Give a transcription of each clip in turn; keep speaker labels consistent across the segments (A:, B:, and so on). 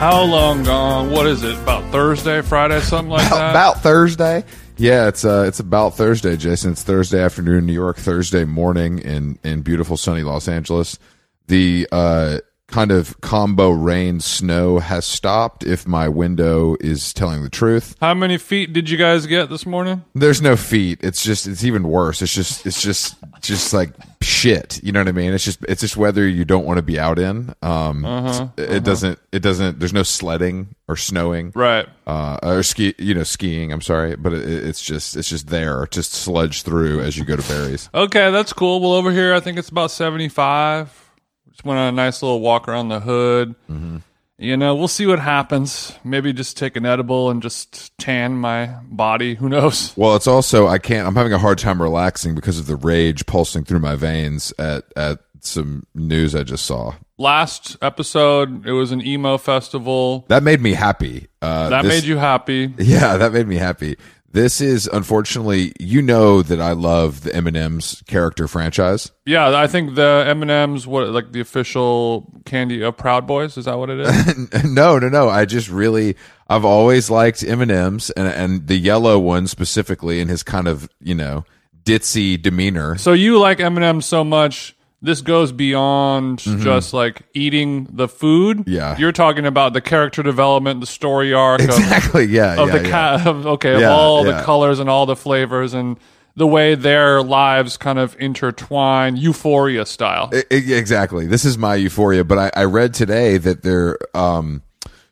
A: how long gone? What is it? About Thursday, Friday, something like
B: about,
A: that.
B: about Thursday. Yeah, it's uh, it's about Thursday, Jason. It's Thursday afternoon in New York, Thursday morning in in beautiful sunny Los Angeles. The uh, kind of combo rain snow has stopped. If my window is telling the truth,
A: how many feet did you guys get this morning?
B: there's no feet. It's just it's even worse. It's just it's just just like shit. You know what I mean? It's just it's just weather you don't want to be out in. Um, it doesn't it doesn't. There's no sledding or snowing
A: Right.
B: uh, or ski, you know, skiing. I'm sorry, but it, it's just it's just there, just sludge through as you go to berries.
A: Okay, that's cool. Well, over here, I think it's about 75. Just went on a nice little walk around the hood.
B: Mm-hmm.
A: You know, we'll see what happens. Maybe just take an edible and just tan my body. Who knows?
B: Well, it's also I can't. I'm having a hard time relaxing because of the rage pulsing through my veins at at some news I just saw.
A: Last episode, it was an emo festival.
B: That made me happy. Uh,
A: That
B: this-
A: made you happy.
B: Yeah, that made me happy. This is unfortunately, you know that I love the Eminem's character franchise.
A: Yeah, I think the M&M's what like the official candy of Proud Boys, is that what it is?
B: no, no, no. I just really, I've always liked M and M's, and and the yellow one specifically, and his kind of you know ditzy demeanor.
A: so you like M&M's so much, this goes beyond just like eating the food.
B: Mm-hmm. Yeah.
A: You're talking about the character development, the story arc of
B: Exactly. Yeah.
A: of
B: yeah,
A: the
B: yeah.
A: ca- of, okay
B: Yeah,
A: of all
B: yeah.
A: the colors and all the flavors and the way their lives kind of intertwine euphoria style
B: E- e- exactly. This is my euphoria. But I, I read today that they're um,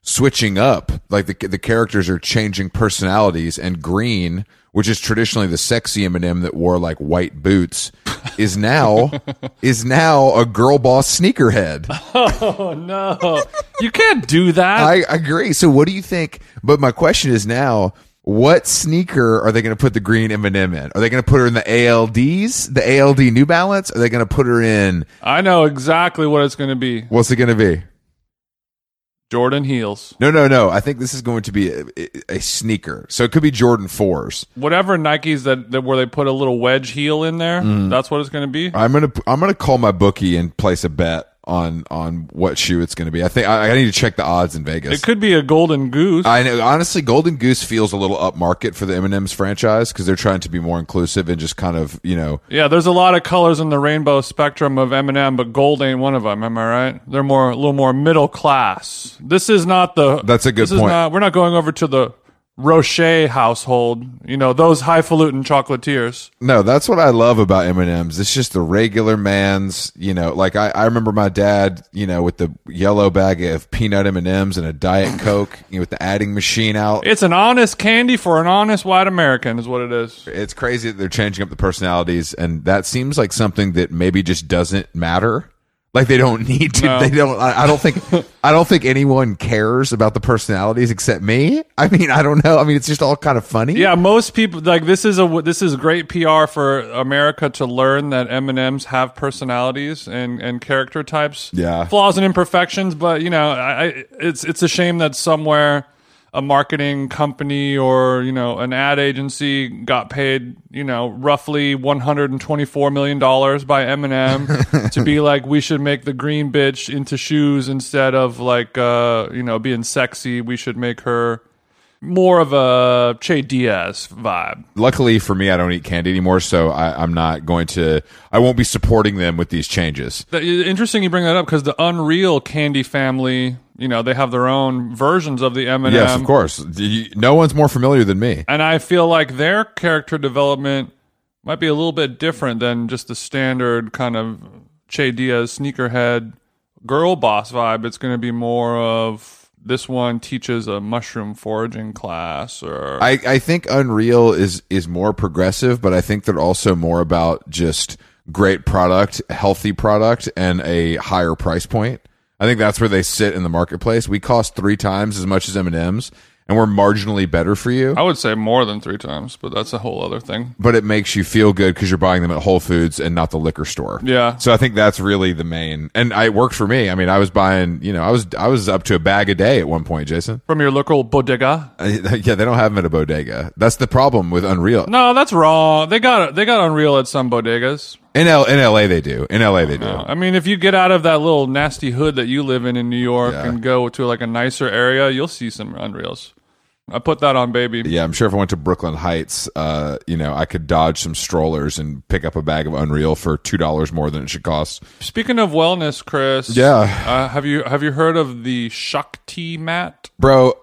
B: switching up. Like the the characters are changing personalities, and Green, which is traditionally the sexy Eminem that wore like white boots, is now is now a girl boss sneakerhead.
A: oh no you can't do that
B: I agree. So what do you think? But my question is now. What sneaker are they going to put the green M&M in? Are they going to put her in the ALDs, the ALD New Balance? Are they going to put her in?
A: I know exactly what it's going to be
B: What's it going to be?
A: jordan heels
B: No, no, no. I think this is going to be a, a- a sneaker. So it could be Jordan 4s.
A: whatever nikes that, that where they put a little wedge heel in there
B: Mm.
A: that's what it's going to be
B: I'm going to I'm going to call my bookie and place a bet on on what shoe it's going to be. I think I, I need to check the odds in Vegas.
A: it could be a golden goose
B: I know honestly Golden Goose feels a little upmarket for the M&M's franchise cuz they're trying to be more inclusive and just kind of, you know,
A: yeah there's a lot of colors in the rainbow spectrum of m&m but gold ain't one of them am i right they're more a little more middle class this is not the
B: That's a good
A: this is
B: point.
A: not- we're not going over to the rocher household you know those highfalutin chocolatiers
B: No, that's what I love about M and M's. It's just the regular man's, you know. Like I, I remember my dad, you know, with the yellow bag of peanut M and M's and a diet coke, you know, with the adding machine out.
A: it's an honest candy for an honest white american is what it is
B: It's crazy that they're changing up the personalities, and that seems like something that maybe just doesn't matter. Like they don't need to. They don't. I, I don't think. I don't think anyone cares about the personalities except me. I mean, I don't know. I mean, it's just all kind of funny.
A: yeah most people like this is a this is great pr for america to learn that m&ms have personalities and and character types
B: Yeah.
A: flaws and imperfections but you know I, I it's it's a shame that somewhere a marketing company or you know an ad agency got paid you know roughly 124 million dollars by Eminem to be like we should make the green bitch into shoes instead of like uh you know being sexy we should make her more of a Che Diaz vibe.
B: luckily for me, I don't eat candy anymore, so I, I'm not going to. I won't be supporting them with these changes.
A: That- Interesting you bring that up because the Unreal Candy family, you know, they have their own versions of the M&M.
B: yes, of course. Do you- no one's more familiar than me.
A: And I feel like their character development might be a little bit different than just the standard kind of Che Diaz sneakerhead girl boss vibe. It's going to be more of this one teaches a mushroom foraging class or
B: I, I think Unreal is is more progressive, but I think they're also more about just great product, healthy product, and a higher price point. I think that's where they sit in the marketplace. We cost three times as much as M and M's, and we're marginally better for you.
A: I would say more than three times, but that's a whole other thing.
B: but it makes you feel good because you're buying them at Whole Foods and not the liquor store.
A: Yeah.
B: So I think that's really the main, and I, it worked for me. I mean, I was buying, you know, I was I was up to a bag a day at one point, Jason.
A: From your local bodega.
B: I, yeah, they don't have them at a bodega. That's the problem with Unreal.
A: No, that's wrong. They got they got Unreal at some bodegas.
B: In L- in L.A. they do. In L.A. they do.
A: I mean, if you get out of that little nasty hood that you live in in New York
B: Yeah.
A: and go to like a nicer area, you'll see some unreals. I put that on, baby.
B: Yeah, I'm sure if I went to Brooklyn Heights, uh, you know, I could dodge some strollers and pick up a bag of Unreal for two dollars more than it should cost.
A: Speaking of wellness, Chris.
B: Yeah.
A: Uh, have you have you heard of the Shakti mat?
B: bro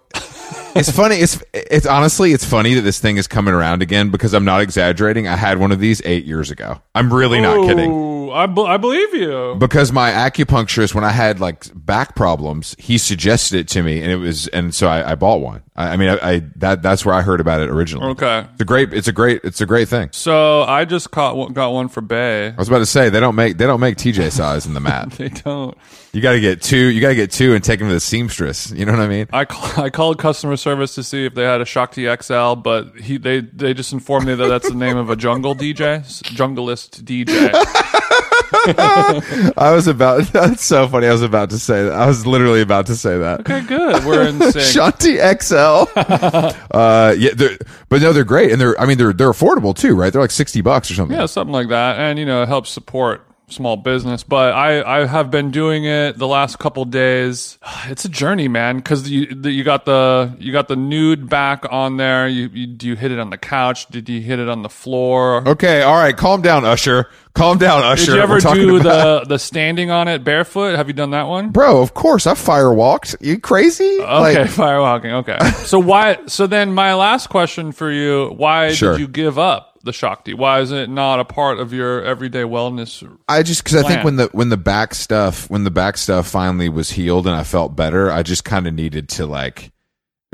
B: it's funny it's it's honestly it's funny that this thing is coming around again because i'm not exaggerating i had one of these eight years ago i'm really not kidding
A: Ooh, I, be- I believe you.
B: because my acupuncturist when i had like back problems he suggested it to me and it was and so i, I bought one I, I mean I, I that that's where i heard about it originally
A: Okay.
B: it's a great it's a great it's a great thing
A: So I just caught one, got one for Bay.
B: I was about to say they don't make they don't make TJ size in the mat.
A: They don't.
B: You got to get two. You got to get two and take them to the seamstress. You know what I mean?
A: I, call, I called customer service to see if they had a Shakti XL, but he they they just informed me that that's the name of a jungle DJ, s- jungleist DJ.
B: I was about. That's so funny. I was about to say that. I was literally about to say that.
A: Okay, good. We're in sync.
B: Shanti XL. uh, yeah, they're, but no, they're great, and they're I mean they're they're affordable too, right? They're like sixty bucks or something.
A: Yeah, something like that, and you know, it helps support small business. But I, I have been doing it the last couple days. It's a journey, man, because you the, you got the you got the nude back on there. You, you do you hit it on the couch? Did you hit it on the floor?
B: Okay, all right, calm down, Usher. Calm down, Usher.
A: Did you ever
B: Oh, We're talking
A: do
B: about-
A: the the standing on it barefoot? Have you done that one?
B: Bro, of course I firewalked. You crazy?
A: Okay,
B: Like,
A: firewalking. Okay. So why? So then, my last question for you: Why
B: Sure.
A: did you give up the Shakti? Why is it not a part of your everyday wellness?
B: I just because I think
A: Plan.
B: when the when the back stuff when the back stuff finally was healed and I felt better, I just kind of needed to like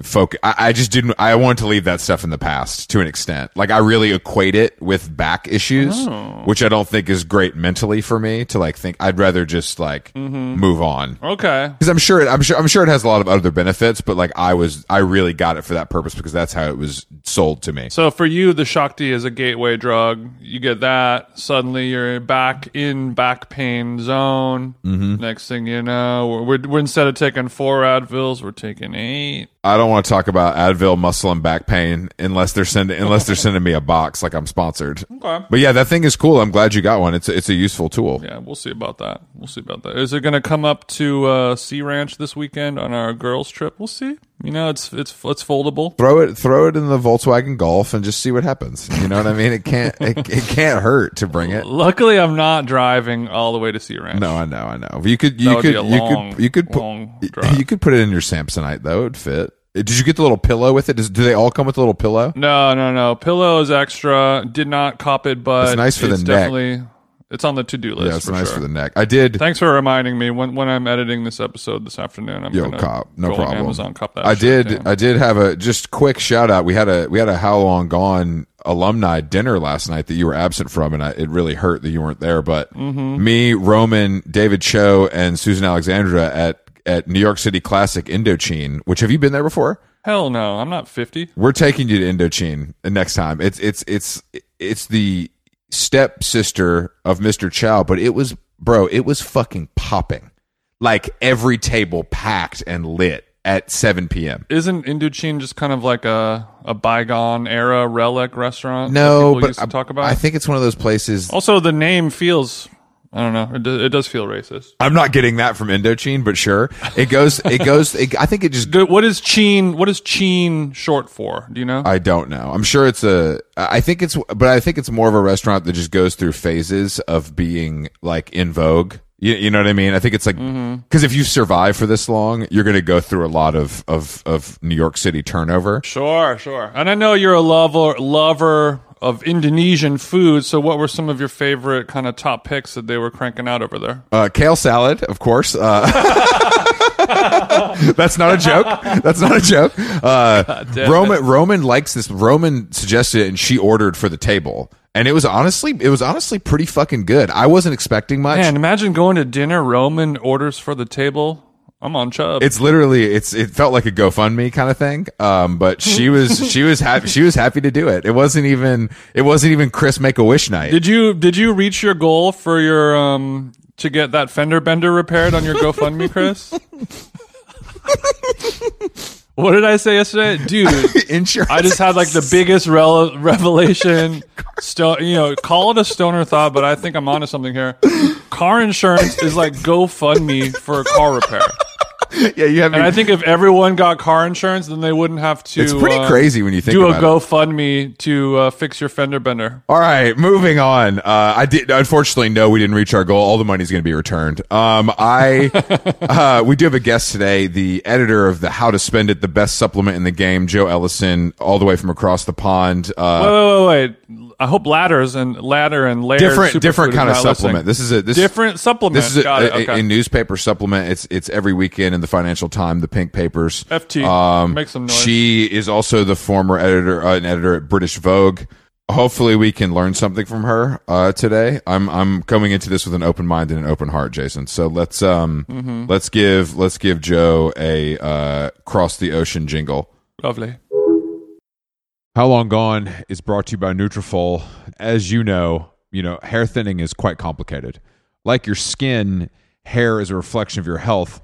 B: focus. I, I just didn't. I wanted to leave that stuff in the past to an extent. Like I really equate it with back issues, which I don't think is great mentally for me to like think. I'd rather just like move on
A: Okay.
B: because I'm sure it, I'm sure I'm sure it has a lot of other benefits, but like I was I really got it for that purpose because that's how it was sold to me.
A: So for you, the Shakti is a gateway drug. You get that, suddenly you're back in back pain zone.
B: Mm-hmm.
A: Next thing you know, we're, we're, we're instead of taking four Advils, we're taking eight.
B: I don't want to talk about Advil, muscle, and back pain unless they're sending unless they're sending me a box like I'm sponsored.
A: Okay.
B: But yeah, that thing is cool. I'm glad you got one. It's a, it's a useful tool.
A: Yeah, we'll see about that. We'll see about that. Is it going to come up to uh, Sea Ranch this weekend on our girls trip? We'll see. You know, it's it's it's foldable.
B: Throw it throw it in the Volkswagen Golf and just see what happens. You know what I mean? It can't it, it can't hurt to bring it.
A: Luckily, I'm not driving all the way to Sea Ranch.
B: No, I know, I know. You could you
A: would
B: could
A: be a
B: you
A: long,
B: could you could
A: long
B: put
A: drive.
B: you could put it in your Samsonite though. It would fit. Did you get the little pillow with it? Does, do they all come with a little pillow?
A: No, no, no. Pillow is extra. Did not cop it, but
B: It's nice for the
A: it's
B: neck.
A: Definitely, it's on the to do list.
B: yeah, it's
A: for
B: nice
A: sure.
B: for the neck. I did.
A: Thanks for reminding me. When when I'm editing this episode this afternoon, I'm
B: Yo,
A: gonna
B: cop, no
A: go on
B: problem.
A: Amazon cop that.
B: I
A: shit,
B: did.
A: damn.
B: I did have a just quick shout out. We had a we had a how long gone alumni dinner last night that you were absent from, and I, it really hurt that you weren't there. But me, Roman, David Cho, and Susan Alexandra at at New York City Classic Indochine. Which have you been there before?
A: Hell no, I'm not 50.
B: We're taking you to Indochine next time. It's it's it's it's the stepsister of Mr. Chow, but it was bro, it was fucking popping. Like every table packed and lit at 7 p.m.
A: Isn't Indochine just kind of like a a bygone era relic restaurant? that
B: No,
A: people
B: but
A: used to
B: I,
A: talk about.
B: I think it's one of those places.
A: also, the name feels. I don't know. It, do, it does feel racist.
B: I'm not getting that from Indochine, but sure, it goes. It goes. It, I think it just.
A: Do- What is Cheen? What is Cheen short for? Do you know?
B: I don't know. I'm sure it's a. I think it's, but I think it's more of a restaurant that just goes through phases of being like in vogue. You, you know what I mean? I think it's like because
A: Mm-hmm.
B: if you survive for this long, you're going to go through a lot of of of New York City turnover.
A: Sure, sure. And I know you're a lover lover of Indonesian food. So, what were some of your favorite kind of top picks that they were cranking out over there?
B: Uh, kale salad, of course. Uh, that's not a joke. That's not a joke. Uh, Roman Roman likes this. Roman suggested it, and she ordered for the table. And it was honestly, it was honestly pretty fucking good. I wasn't expecting much.
A: Man, imagine going to dinner. Roman orders for the table. I'm on Chubb.
B: It's literally, it's it felt like a GoFundMe kind of thing. Um, but she was, she was happy, she was happy to do it. It wasn't even, it wasn't even Chris Make a Wish night.
A: did you did you reach your goal for your um to get that fender bender repaired on your GoFundMe, Chris? What did I say yesterday, dude?
B: Insurance.
A: I just had like the biggest rel- revelation. Sto- you know, call it a stoner thought, but I think I'm onto something here. Car insurance is like GoFundMe for a car repair,
B: yeah, you have.
A: and I think if everyone got car insurance, then they wouldn't have to.
B: it's pretty
A: uh,
B: crazy when you think
A: Do a
B: about it.
A: GoFundMe to uh, fix your fender bender.
B: All right, moving on. Uh, I did unfortunately no, we didn't reach our goal. All the money's going to be returned. Um, I uh, we do have a guest today, the editor of the How to Spend It, the best supplement in the game, Joe Ellison, all the way from across the pond. Uh,
A: Wait, wait, wait, wait. I hope ladders and ladder and layer
B: different different kind of supplement. This is a this
A: different supplement.
B: This is a,
A: Got it.
B: a-
A: Okay.
B: a newspaper supplement. It's it's every weekend in the Financial Times, the Pink Papers.
A: FT. Make some noise.
B: Um, She is also the former editor, uh, an editor at British Vogue. Hopefully, we can learn something from her uh, today. I'm I'm coming into this with an open mind and an open heart, Jason. So let's um
A: Mm-hmm.
B: let's give let's give Joe a uh, cross the ocean jingle.
A: Lovely.
B: How Long Gone is brought to you by Nutrafol. As you know, you know, hair thinning is quite complicated. Like your skin, hair is a reflection of your health.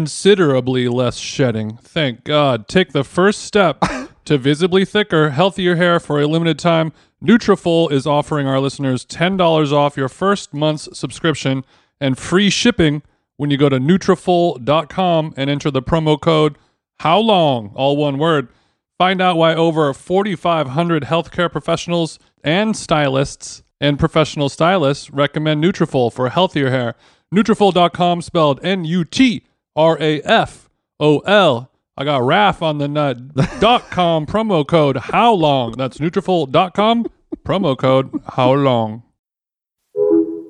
A: considerably less shedding. Thank God. Take the first step to visibly thicker, healthier hair for a limited time. Nutrafol is offering our listeners $10 off your first month's subscription and free shipping when you go to Nutrafol.com and enter the promo code how long? All one word. Find out why over 4,500 healthcare professionals and stylists and professional stylists recommend Nutrafol for healthier hair. Nutrafol.com spelled N-U-T-R-A-F-O-L. I got RAF on the nut. dot com promo code how long? That's Nutrafol.com promo code how long?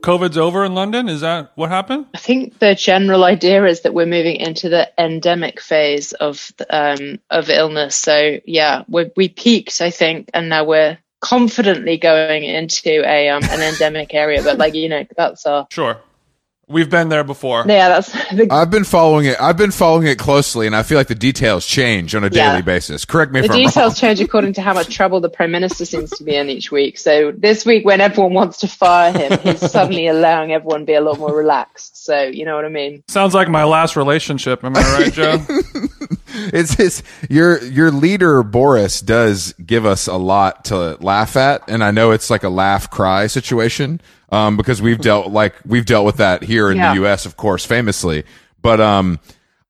A: COVID's over in London. Is that what happened?
C: I think the general idea is that we're moving into the endemic phase of um, of illness. So yeah, we we peaked, I think, and now we're confidently going into a um, an endemic area. But like you know, that's our
A: Sure. We've been there before.
C: yeah, that's the,
B: I've been following it. I've been following it closely, and I feel like the details change on a
C: Yeah.
B: daily basis. Correct me
C: the
B: if I'm
C: details change according to how much trouble the prime minister seems to be in each week. So this week, when everyone wants to fire him, he's suddenly allowing everyone to be a lot more relaxed. So you know what I mean.
A: Sounds like my last relationship. Am I right, Joe?
B: wrong. It's, it's your your leader Boris does give us a lot to laugh at, and I know it's like a laugh cry situation um, because we've dealt like we've dealt with that here in
C: Yeah.
B: the U.S. of course, famously. But um,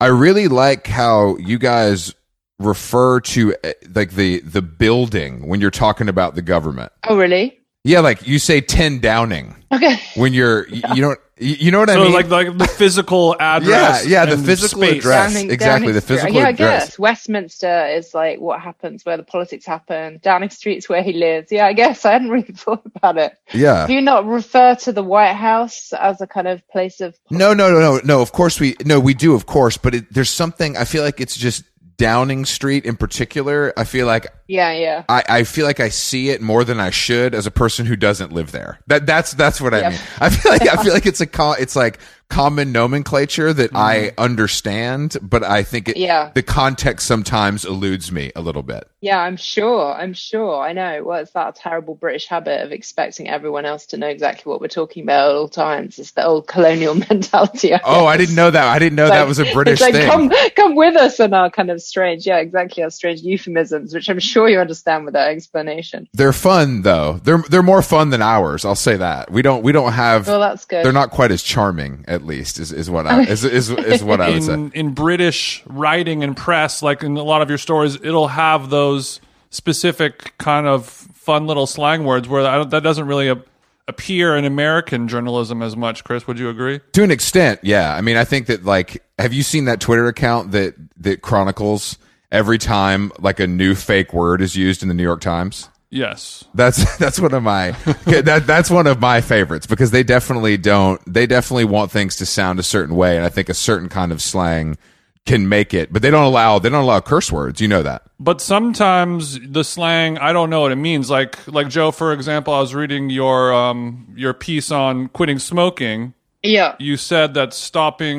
B: I really like how you guys refer to eh, like the the building when you're talking about the government.
C: Oh really?
B: Yeah, like you say ten Downing.
C: Okay.
B: when you're you, you don't you you know what I
A: so
B: mean?
A: like like the physical
B: yeah,
A: address.
B: yeah, the
A: and
B: physical
A: space.
B: address,
C: Downing-
B: exactly,
C: Downing
B: the
C: Street.
B: physical
C: yeah, I
B: address.
C: guess Westminster is like what happens where the politics happen. Downing Street's where he lives. Yeah, I guess I hadn't really thought about it.
B: Yeah.
C: Do you not refer to the White House as a kind of place of?
B: No, no, no, no, no. Of course we no, we do, of course. But it, there's something I feel like it's just Downing Street in particular. I feel like
C: Yeah, yeah.
B: I, I feel like I see it more than I should as a person who doesn't live there. That that's that's what I
C: Yep.
B: mean. I feel like I feel like it's a co- it's like common nomenclature that I understand, but I think it
C: Mm-hmm. Yeah.
B: the context sometimes eludes me a little bit.
C: Yeah, I'm sure. I'm sure. I know. Well, it's that terrible British habit of expecting everyone else to know exactly what we're talking about at all times. It's the old colonial mentality. I
B: Oh, I didn't know that. I didn't know that
C: Like,
B: was a British
C: it's like,
B: thing.
C: Come, come with us on our kind of strange, yeah, exactly, our strange euphemisms, which I'm sure you understand without explanation.
B: They're fun though. They're they're more fun than ours. I'll say that. We don't we don't have.
C: Well, that's good.
B: they're not quite as charming. At least is, is what I is, is, is what I would say.
A: In, in British writing and press, like in a lot of your stories, it'll have those specific kind of fun little slang words where I don't, that doesn't really a, appear in American journalism as much. Chris, would you agree?
B: To an extent, yeah. I mean, I think that like, have you seen that Twitter account that that chronicles every time like a new fake word is used in the New York Times?
A: Yes.
B: That's that's one of my that that's one of my favorites because they definitely don't they definitely want things to sound a certain way and I think a certain kind of slang can make it, but they don't allow they don't allow curse words. You know that.
A: but sometimes the slang i don't know what it means like like joe for example i was reading your um your piece on quitting smoking
C: Yeah.
A: you said that stopping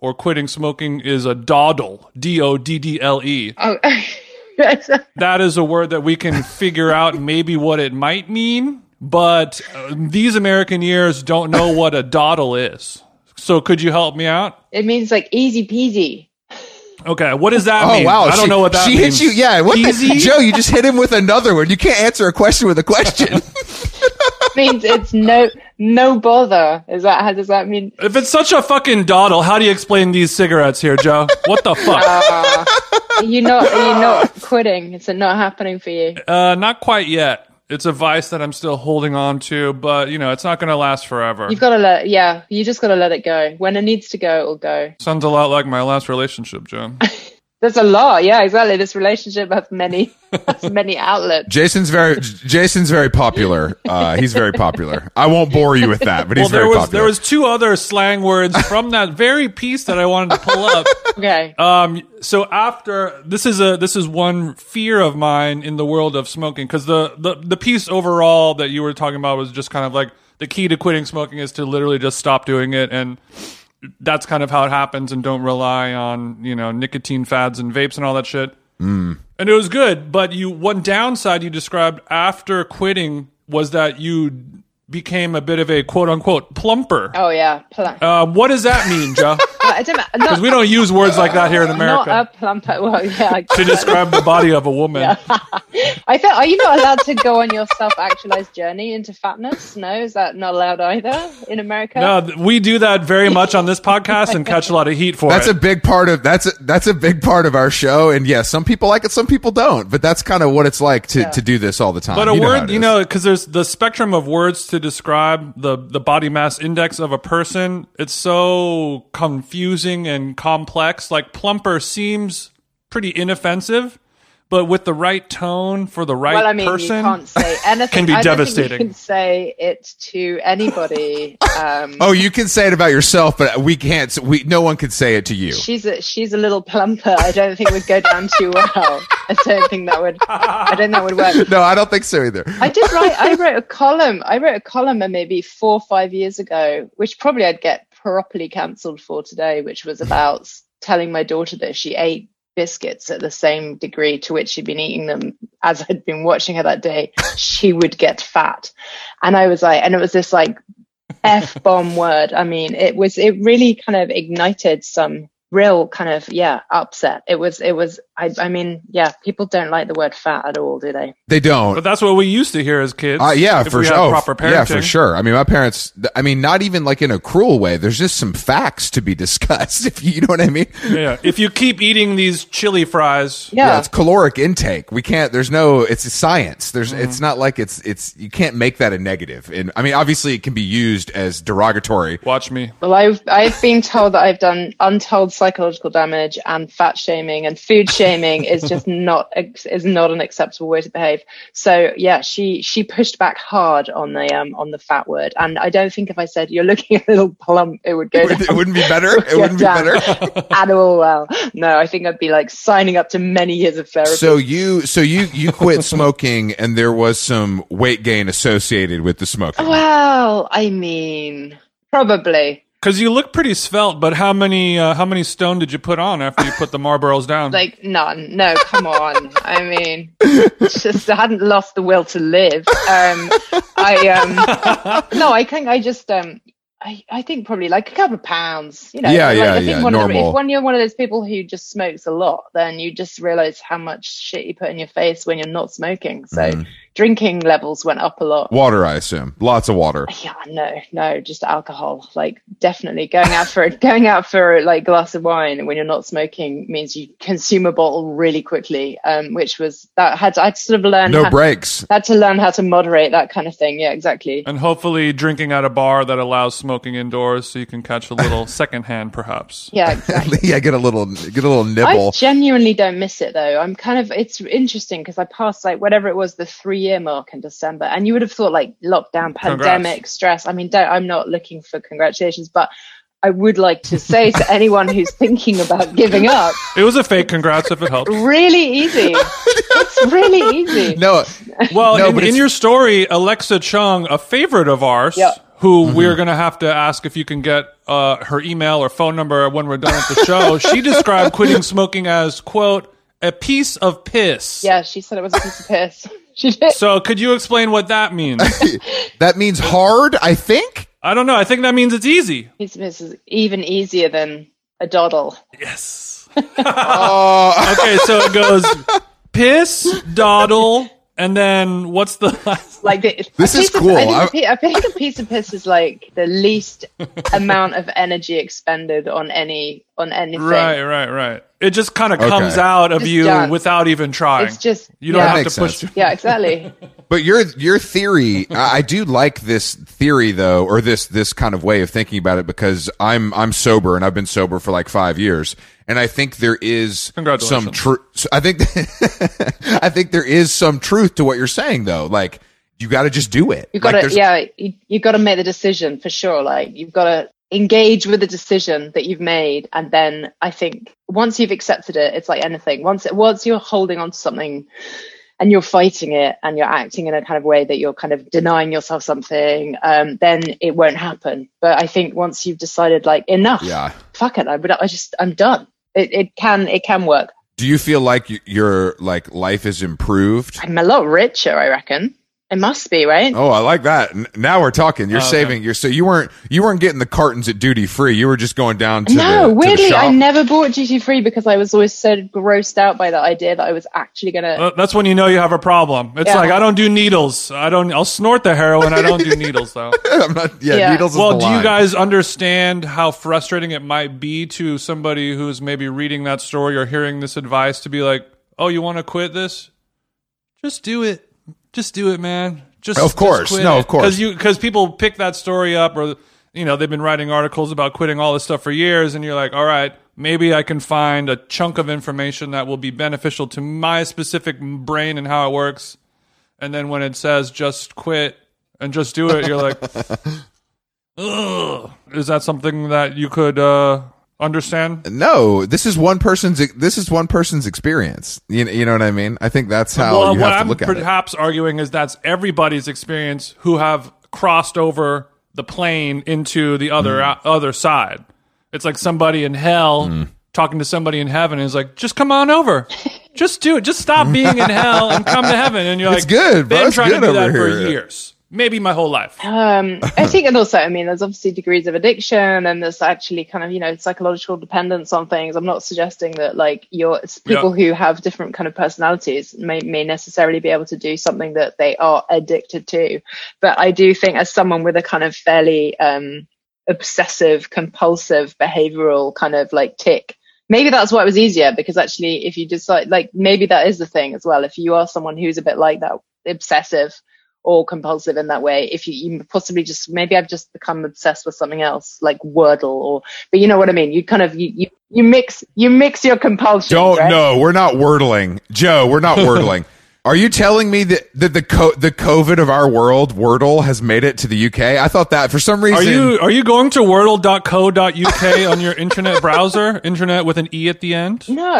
A: or quitting smoking is a doddle d-o-d-d-l-e
C: Oh,
A: E. that is a word that we can figure out maybe what it might mean but uh, these american ears don't know what a doddle is so could you help me out
C: it means like easy peasy.
A: okay what does that
B: Oh
A: mean
B: wow!
A: i don't
B: she,
A: know what that
B: she
A: means
B: hit you. Yeah, what the,
A: Easy?
B: Joe? You just hit him with another one. You can't answer a question with a question.
C: means it's no no bother. Is that how does that mean?
A: If it's such a fucking dawdle, how do you explain these cigarettes here, Joe? What the fuck?
C: Uh, you not you're not quitting. Is it not happening for you?
A: Uh, not quite yet. It's a vice that I'm still holding on to, but you know, it's not going to last forever.
C: You've got to let yeah. You just got to let it go. When it needs to go, it'll go.
A: Sounds a lot like my last relationship, Joe.
C: There's a lot. Yeah, exactly. This relationship has many has many outlets.
B: Jason's very Jason's very popular. Uh, he's very popular. I won't bore you with that, but he's
A: well, there
B: very
A: was
B: popular.
A: there was two other slang words from that very piece that I wanted to pull up.
C: Okay.
A: Um, so after this is a this is one fear of mine in the world of smoking because the, the the piece overall that you were talking about was just kind of like the key to quitting smoking is to literally just stop doing it and that's kind of how it happens and don't rely on you know nicotine fads and vapes and all that shit and it was good but you one downside you described after quitting was that you became a bit of a quote unquote plumper
C: Oh yeah. Pla-
A: uh, what does that mean joe
C: I don't know. Not,
A: because we don't use words like that here in america
C: not a plumper. Well, yeah. I
A: to describe the body of a woman.
C: I thought, are you not allowed to go on your self-actualized journey into fatness? No, is that not allowed either in America?
A: No, th- we do that very much on this
C: Oh
A: podcast and catch a lot of heat for
B: that's a
A: it.
B: big part of that's a, that's a big part of our show. And yes, some people like it, some people don't. But that's kind of what it's like to, to do this all the time.
A: but a
B: You know how
A: word,
B: it
A: you
B: is.
A: know, because there's the spectrum of words to describe the the body mass index of a person. It's so confusing and complex. Like plumper seems pretty inoffensive, but with the right tone for the right
C: well, I mean,
A: person,
C: you can't say anything.
A: can be
C: I don't think
A: devastating.
C: you can say it to anybody. Um,
B: Oh, you can say it about yourself, but we can't. We no one can say it to
A: Oh.
B: you.
C: she's a she's a little plumper. I don't think would go down too well. I don't think that would. I don't think that would work.
B: No, I don't think so either.
C: I did write. I wrote a column. I wrote a column uh, maybe four or five years ago, which probably I'd get properly cancelled for today, which was about s- telling my daughter that she ate biscuits at the same degree to which she'd been eating them as I'd been watching her that day. She would get fat, and I was like, and it was this like f bomb word. I mean, it was. It really kind of ignited some real kind of yeah upset it was it was i i mean yeah people don't like the word fat at all do they
B: They don't.
A: but that's what we used to hear as kids.
B: Uh, yeah,
A: if
B: for
A: we
B: sure.
A: had
B: Oh,
A: proper parenting.
B: yeah, for sure. I mean, my parents. th- I mean, not even like in a cruel way. There's just some facts to be discussed. If you, you know what I mean.
A: Yeah, if you keep eating these chili fries,
B: Yeah. it's caloric intake. We can't. There's no. It's a science. There's.
A: Mm-hmm.
B: It's not like it's. It's. You can't make that a negative. And I mean, obviously, it can be used as derogatory.
A: watch me.
C: Well, I've I've been told that I've done untold psychological damage, and fat shaming and food shaming is just not is not an acceptable way to behave. So yeah, she she pushed back hard on the um on the fat word, and I don't think if I said you're looking a little plump, it would go.
B: It
C: down.
B: wouldn't be better. It
C: Yeah,
B: wouldn't be
C: down
B: better.
C: at all. Well, no, I think I'd be like signing up to many years of therapy.
B: So you. So you. You quit smoking, and there was some weight gain associated with the
A: Oh,
B: smoking.
C: well, I mean, probably
A: Because you look pretty svelte, but how many uh, how many stone did you put on after you put the Marlboros down?
C: like none. No, come on. I mean, it's just I hadn't lost the will to live. Um, I um, no, I think I just um, I I think probably like a couple of pounds. You know,
B: Yeah,
C: like,
B: yeah,
C: I think
B: yeah,
C: One of the,
B: normal.
C: if when you're one of those people who just smokes a lot, then you just realize how much shit you put in your face when you're not smoking. So
B: Mm.
C: drinking levels went up a lot.
B: Water, I assume. Lots of water.
C: Yeah, no, no, just alcohol. Like definitely going out for going out for like glass of wine when you're not smoking means you consume a bottle really quickly. Um, which was that had I'd sort of learned
B: No
C: how,
B: breaks.
C: had to learn how to moderate that kind of thing. Yeah, exactly.
A: and hopefully drinking at a bar that allows smoking indoors, so you can catch a little secondhand, perhaps.
C: Yeah, exactly.
B: yeah, get a little. Get a little
C: I
B: nibble.
C: genuinely don't miss it though. I'm kind of it's interesting because I passed like whatever it was the three year mark in December, and you would have thought like lockdown, pandemic, stress. I mean, don't, I'm not looking for congratulations, but I would like to say to anyone who's thinking about giving up,
A: It was a fake. Congrats if it helped.
C: really easy. It's really easy.
B: No,
A: Well,
B: No,
A: in,
B: but
A: in
B: it's-
A: your story, Alexa Chung, a favorite of ours,
C: Yeah.
A: who
B: Mm-hmm.
A: we're going to have to ask if you can get uh, her email or phone number when we're done with the show, she described quitting smoking as, quote, a piece of piss.
C: Yeah, she said it was a piece of piss. She did.
A: So could you explain what that means?
B: that means hard, I think.
A: I don't know. I think that means it's easy.
C: Piece of piss is even easier than a doddle.
A: Yes.
B: Oh,
A: Okay, so it goes piss, doddle, and then what's the last?
C: Like the,
B: This
C: a
B: is
C: piece of-
B: cool.
C: I, think a pe- I think a piece of piss is like the least amount of energy expended on any on anything.
A: Right, right, right. It just kind of
B: Okay.
A: comes out of
C: Just
A: you
C: done.
A: without even trying.
C: It's just
A: you don't
C: yeah,
A: have to
B: Makes
A: push.
B: sense.
C: yeah, exactly.
B: but your your theory, I, I do like this theory though, or this this kind of way of thinking about it because I'm I'm sober and I've been sober for like five years, and I think there is some
A: Congratulations.
B: truth. I think I think there is some truth to what you're saying though. Like you got to just do it.
C: You got
B: like,
C: to
B: there's-
C: yeah, you, you got to make the decision for sure. Like you've got to engage with the decision that you've made, and then I think once you've accepted it, it's like anything. Once once you're holding on to something and you're fighting it and you're acting in a kind of way that you're kind of denying yourself something, um, then it won't happen. But I think once you've decided like enough,
B: Yeah.
C: fuck it, I would, I just I'm done. It, it can it can work.
B: Do you feel like y- your like life is improved?
C: I'm a lot richer, I reckon. It must be right.
B: Oh, I like that. N- Now we're talking. You're
A: Oh, okay.
B: saving. You're so you weren't you weren't getting the cartons at duty free. You were just going down to
C: no,
B: the,
C: weirdly,
B: to the shop.
C: I never bought duty free because I was always so grossed out by the idea that I was actually gonna.
A: Uh, That's when you know you have a problem. It's
C: Yeah.
A: like I don't do needles. I don't. I'll snort the heroin. I don't do needles though.
B: I'm not. Yeah,
C: Yeah.
B: needles. Is
A: well, do
B: the
A: you
B: line.
A: guys understand how frustrating it might be to somebody who's maybe reading that story or hearing this advice to be like, "Oh, you want to quit this? Just do it. Just do it, man. Just
B: Of course. No, of course.
A: because you because people pick that story up or you know they've been writing articles about quitting all this stuff for years, and you're like, all right. Maybe I can find a chunk of information that will be beneficial to my specific brain and how it works. And then when it says just quit and just do it, you're like, Ugh. Is that something that you could uh, understand?
B: No, this is one person's. This is one person's experience. You, you know what I mean? I think that's how
A: well,
B: you
A: what
B: have
A: I'm
B: to look at it.
A: perhaps arguing is that's everybody's experience who have crossed over the plane into the other
B: Hmm.
A: other side. It's like somebody in hell talking to somebody in heaven is like, just come on over. Just do it. Just stop being in hell and come to heaven. And you're
B: It's
A: like,
B: good, bro.
A: Been
B: It's
A: trying to
B: good
A: do
B: over
A: that for
B: here."
A: years, maybe my whole life.
B: Uh.
C: Um, I think, and also, I mean, there's obviously degrees of addiction, and there's actually kind of you know psychological dependence on things. I'm not suggesting that like your it's people who have different kind of personalities may may necessarily be able to do something that they are addicted to, but I do think as someone with a kind of fairly um, obsessive, compulsive, behavioral kind of like tick. Maybe that's why it was easier because actually, if you decide, like, maybe that is the thing as well. If you are someone who's a bit like that, obsessive, or compulsive in that way if you, you possibly just maybe i've just become obsessed with something else like wordle or but you know what i mean you kind of you you, you mix you mix your compulsions
B: Don't
C: right?
B: no, we're not wordling, Joe. We're not wordling. Are you telling me that, that the co- the COVID of our world Wordle has made it to the UK? I thought that for some reason.
A: Are you are you going to wordle.co.uk on your internet browser? Internet with an e at the end.
C: no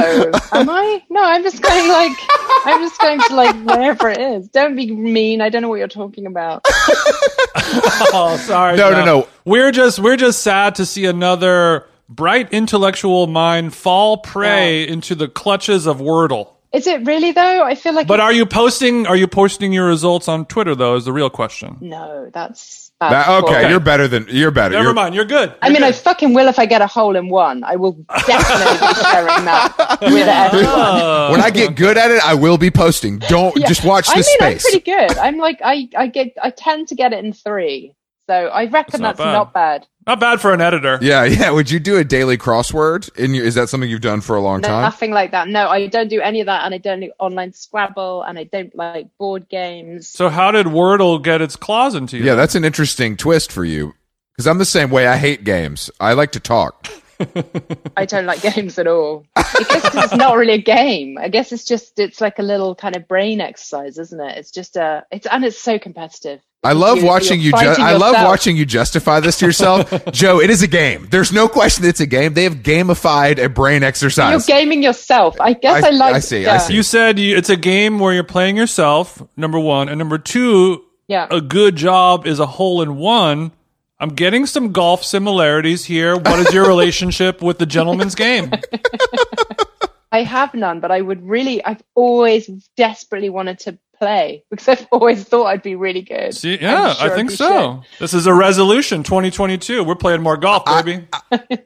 C: am i no i'm just going like i'm just going to like wherever it is don't be mean i don't know what you're talking about
A: Oh, sorry.
B: No, no, no.
A: We're just we're just sad to see another bright intellectual mind fall prey into the clutches of Wordle.
C: is it really though i feel like
A: But
C: it's-
A: are you posting are you posting your results on Twitter though is the real question.
C: no that's bad
B: That- okay,
C: form.
B: you're better than you're better.
A: Never
B: You're-
A: mind, you're good.
C: I mean, I fucking will if I get a hole in one. I will definitely be sharing that with everyone.
A: Uh,
B: When I get good at it, I will be posting. Don't
C: Yeah.
B: just watch
C: I
B: the
C: mean,
B: space.
C: I'm pretty good. I'm like I, I get I tend to get it in three, so I reckon
A: That's
C: that's,
A: not
C: not bad.
A: Not bad for an editor.
B: yeah, yeah. Would you do a daily crossword? In your, is that something you've done for a long
C: No,
B: time?
C: nothing like that. No, I don't do any of that, and I don't do online Scrabble, and I don't like board games.
A: So how did Wordle get its claws into you?
B: Yeah, that's an interesting twist for you. Because I'm the same way. I hate games. I like to talk.
C: I don't like games at all. I guess 'cause it's not really a game. I guess it's just it's like a little kind of brain exercise, isn't it? It's just a it's and it's so competitive.
B: I love
C: You're-
B: watching
C: you're
B: you. Ju-
C: fighting
B: I love
C: yourself.
B: watching you justify this to yourself, Joe. It is a game. There's no question. It's a game. They have gamified a brain
C: You're
B: exercise.
C: gaming yourself. I guess
B: I-
C: I, like.
B: I see, I
C: Yeah.
B: see.
A: You said you, it's a game where you're playing yourself, number one. And number two,
C: Yeah.
A: a good job is a hole in one. I'm getting some golf similarities here. What is your relationship with the gentleman's game?
C: I have none, but I would really. I've always desperately wanted to play because I've always thought I'd be really good.
A: See, yeah,
C: I'm sure
A: I think
C: I'd be
A: so. This is a resolution 2022. We're playing more golf, baby.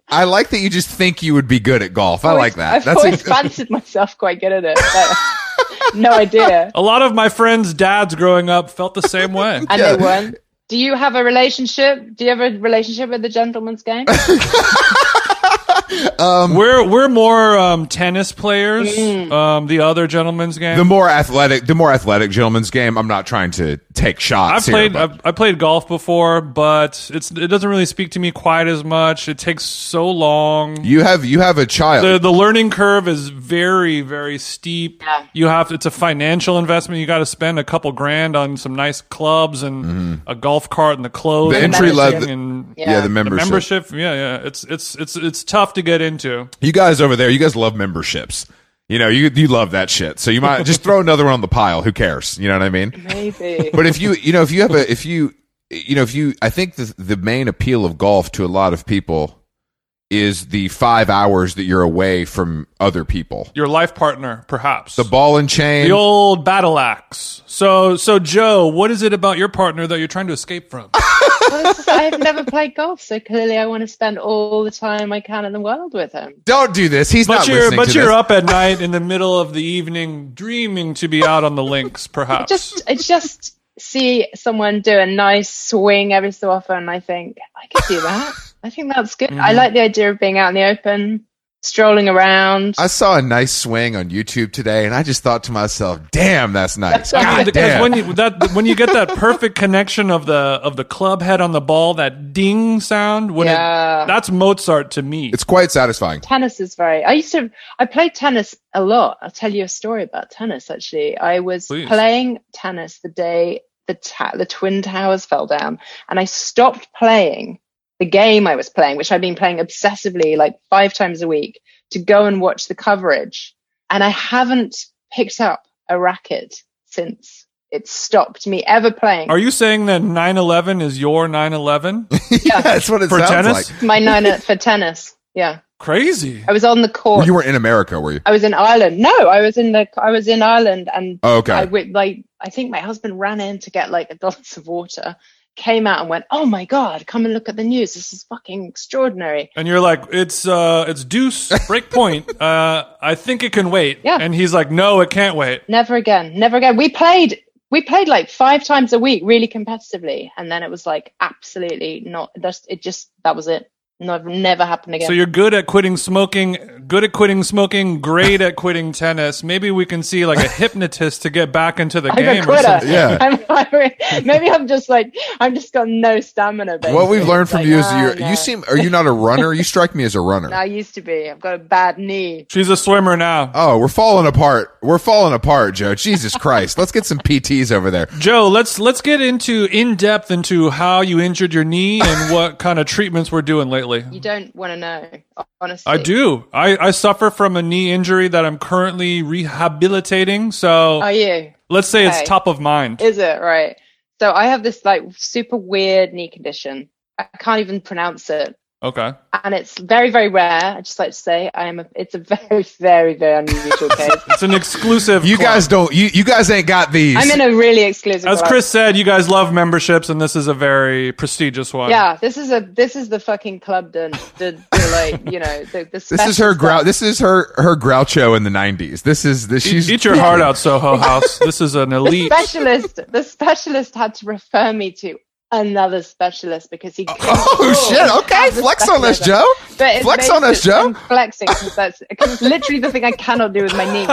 B: I like that you just think you would be good at golf. I
C: I've
B: like
C: always-
B: that.
C: I've
B: That's
C: always
B: a,
C: fancied myself quite good at it. but no idea,
A: a lot of my friends' dads growing up felt the same way.
C: and
B: Yeah.
C: they won. Do you have a relationship? Do you have a relationship with the gentleman's game?
B: Um,
A: we're we're more um, tennis players. Um, the other gentleman's game.
B: Mm. the more athletic, the more athletic gentleman's game. I'm not trying to take
A: I
B: shots. here,
A: played
B: but-
A: I, I played golf before, but it's it doesn't really speak to me quite as much. It takes so long.
B: you have you have a child.
A: The the learning curve is very very steep.
C: Yeah.
A: You have it's a financial investment. You got to spend a couple grand on some nice clubs and a golf cart and the clothes.
B: Mm-hmm. The
A: and
B: entry
A: everything
B: level-
A: and
B: yeah,
C: Yeah.
B: the
C: The
A: the
B: membership.
A: membership. Yeah, yeah. It's it's it's it's tough to get into.
B: You guys over there, you guys love memberships. You know, you you love that shit. So you might just throw another one on the pile. Who cares? You know what I mean?
C: Maybe.
B: but if you you know if you have a if you you know if you i think the, the main appeal of golf to a lot of people is the five hours that you're away from other people
A: Your life partner, perhaps.
B: the ball and chain
A: The old battle axe. So, so Joe, what is it about your partner that you're trying to escape from?
C: Well, it's just- I've never played golf, so clearly I want to spend all the time I can in the world with him.
B: don't do this he's
A: But
B: not
A: you're,
B: listening
A: but
B: to
A: you're
B: this.
A: up at night in the middle of the evening, dreaming to be out on the links, perhaps.
C: Just, I just see someone do a nice swing every so often. I think I could do that. I think that's good. I like the idea of being out in the open, strolling around.
B: i saw a nice swing on youtube today and i just thought to myself damn that's nice
A: I mean,
B: God
A: because
B: damn.
A: when you that when you get that perfect connection of the of the club head on the ball, that ding sound when it-
C: Yeah.
A: that's Mozart to me.
B: it's quite satisfying
C: tennis is very i used to i played tennis a lot i'll tell you a story about tennis actually i was
A: Please.
C: playing tennis the day the ta- the twin towers fell down and i stopped playing the game i was playing which i've been playing obsessively like five times a week to go and watch the coverage and i haven't picked up a racket since it stopped me ever playing
A: Are you saying that 9/11 is your 9/11?
B: yeah that's what it
A: For
B: sounds
A: tennis?
B: like
C: my nine for tennis yeah
A: Crazy.
C: i was on the
B: well,
C: court
B: you were in america were you
C: I was in Ireland. No, I was in the I was in Ireland, and
B: Oh, okay.
C: I went, like I think my husband ran in to get like a glass of water, came out and went, "Oh my god, come and look at the news. This is fucking extraordinary."
A: And you're like, it's uh, it's Deuce break point. Uh, I think it can wait.
C: Yeah.
A: And he's like, no, it can't wait.
C: Never again, never again. We played we played like five times a week, really competitively, and then it was like absolutely not. That's it. Just that was it. Never, never happened again.
A: So you're good at quitting smoking, good at quitting smoking, great at quitting tennis. Maybe we can see like a hypnotist to get back into the
C: I'm
A: game. or
C: a quitter.
A: something.
B: Yeah.
C: I'm, I'm- maybe I'm just like I'm just got no stamina. Basically.
B: what we've learned from
C: Like,
B: you is
C: oh,
B: you're,
C: no.
B: you seem are you not a runner you strike me as a runner
C: I used to be. I've got a bad knee.
A: She's a swimmer now.
B: Oh, we're falling apart. We're falling apart, Joe. Jesus Christ. Let's get some PTs over there.
A: Joe, let's let's get into in depth into how you injured your knee and what kind of treatments we're doing lately.
C: You don't want to know, honestly.
A: I do. I, I suffer from a knee injury that I'm currently rehabilitating. So
C: Are you?
A: let's say
C: okay.
A: it's top of mind.
C: Is it right? So I have this like super weird knee condition. I can't even pronounce it,
A: Okay.
C: and it's very, very rare. I just like to say I am. A, it's a very, very, very unusual case.
A: It's an exclusive.
B: You
A: club.
B: guys don't you, you guys ain't got these.
C: I'm in a really exclusive.
A: As
C: club.
A: Chris said, you guys love memberships, and this is a very prestigious one.
C: Yeah, this is a this is the fucking club. The, the, the like you know the, the
B: this is
C: special
B: her
C: stuff.
B: grou- this is her her Groucho in the 90s. This is this she's
A: E-, Eat your heart out, Soho House. This is an elite.
C: specialist the specialist had to refer me to another specialist because he. couldn't
B: Oh
C: afford
B: shit! Okay,
C: another
B: flex on us,
C: specialist.
B: Joe.
C: But it
B: Flex
C: makes
B: on us,
C: it-
B: Joe.
C: I'm flexing because that's because it's literally the thing I cannot do with my knee.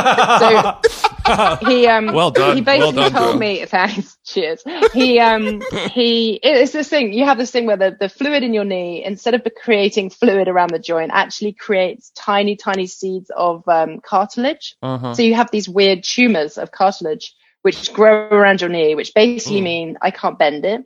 C: So he um
A: Well done.
C: he basically
A: Well done,
C: told
A: Joe.
C: me thanks. Cheers. He um he it's this thing you have this thing where the, the fluid in your knee instead of creating fluid around the joint actually creates tiny tiny seeds of um, cartilage.
A: Uh-huh.
C: So you have these weird tumors of cartilage which grow around your knee, which basically
A: Mm.
C: mean I can't bend it.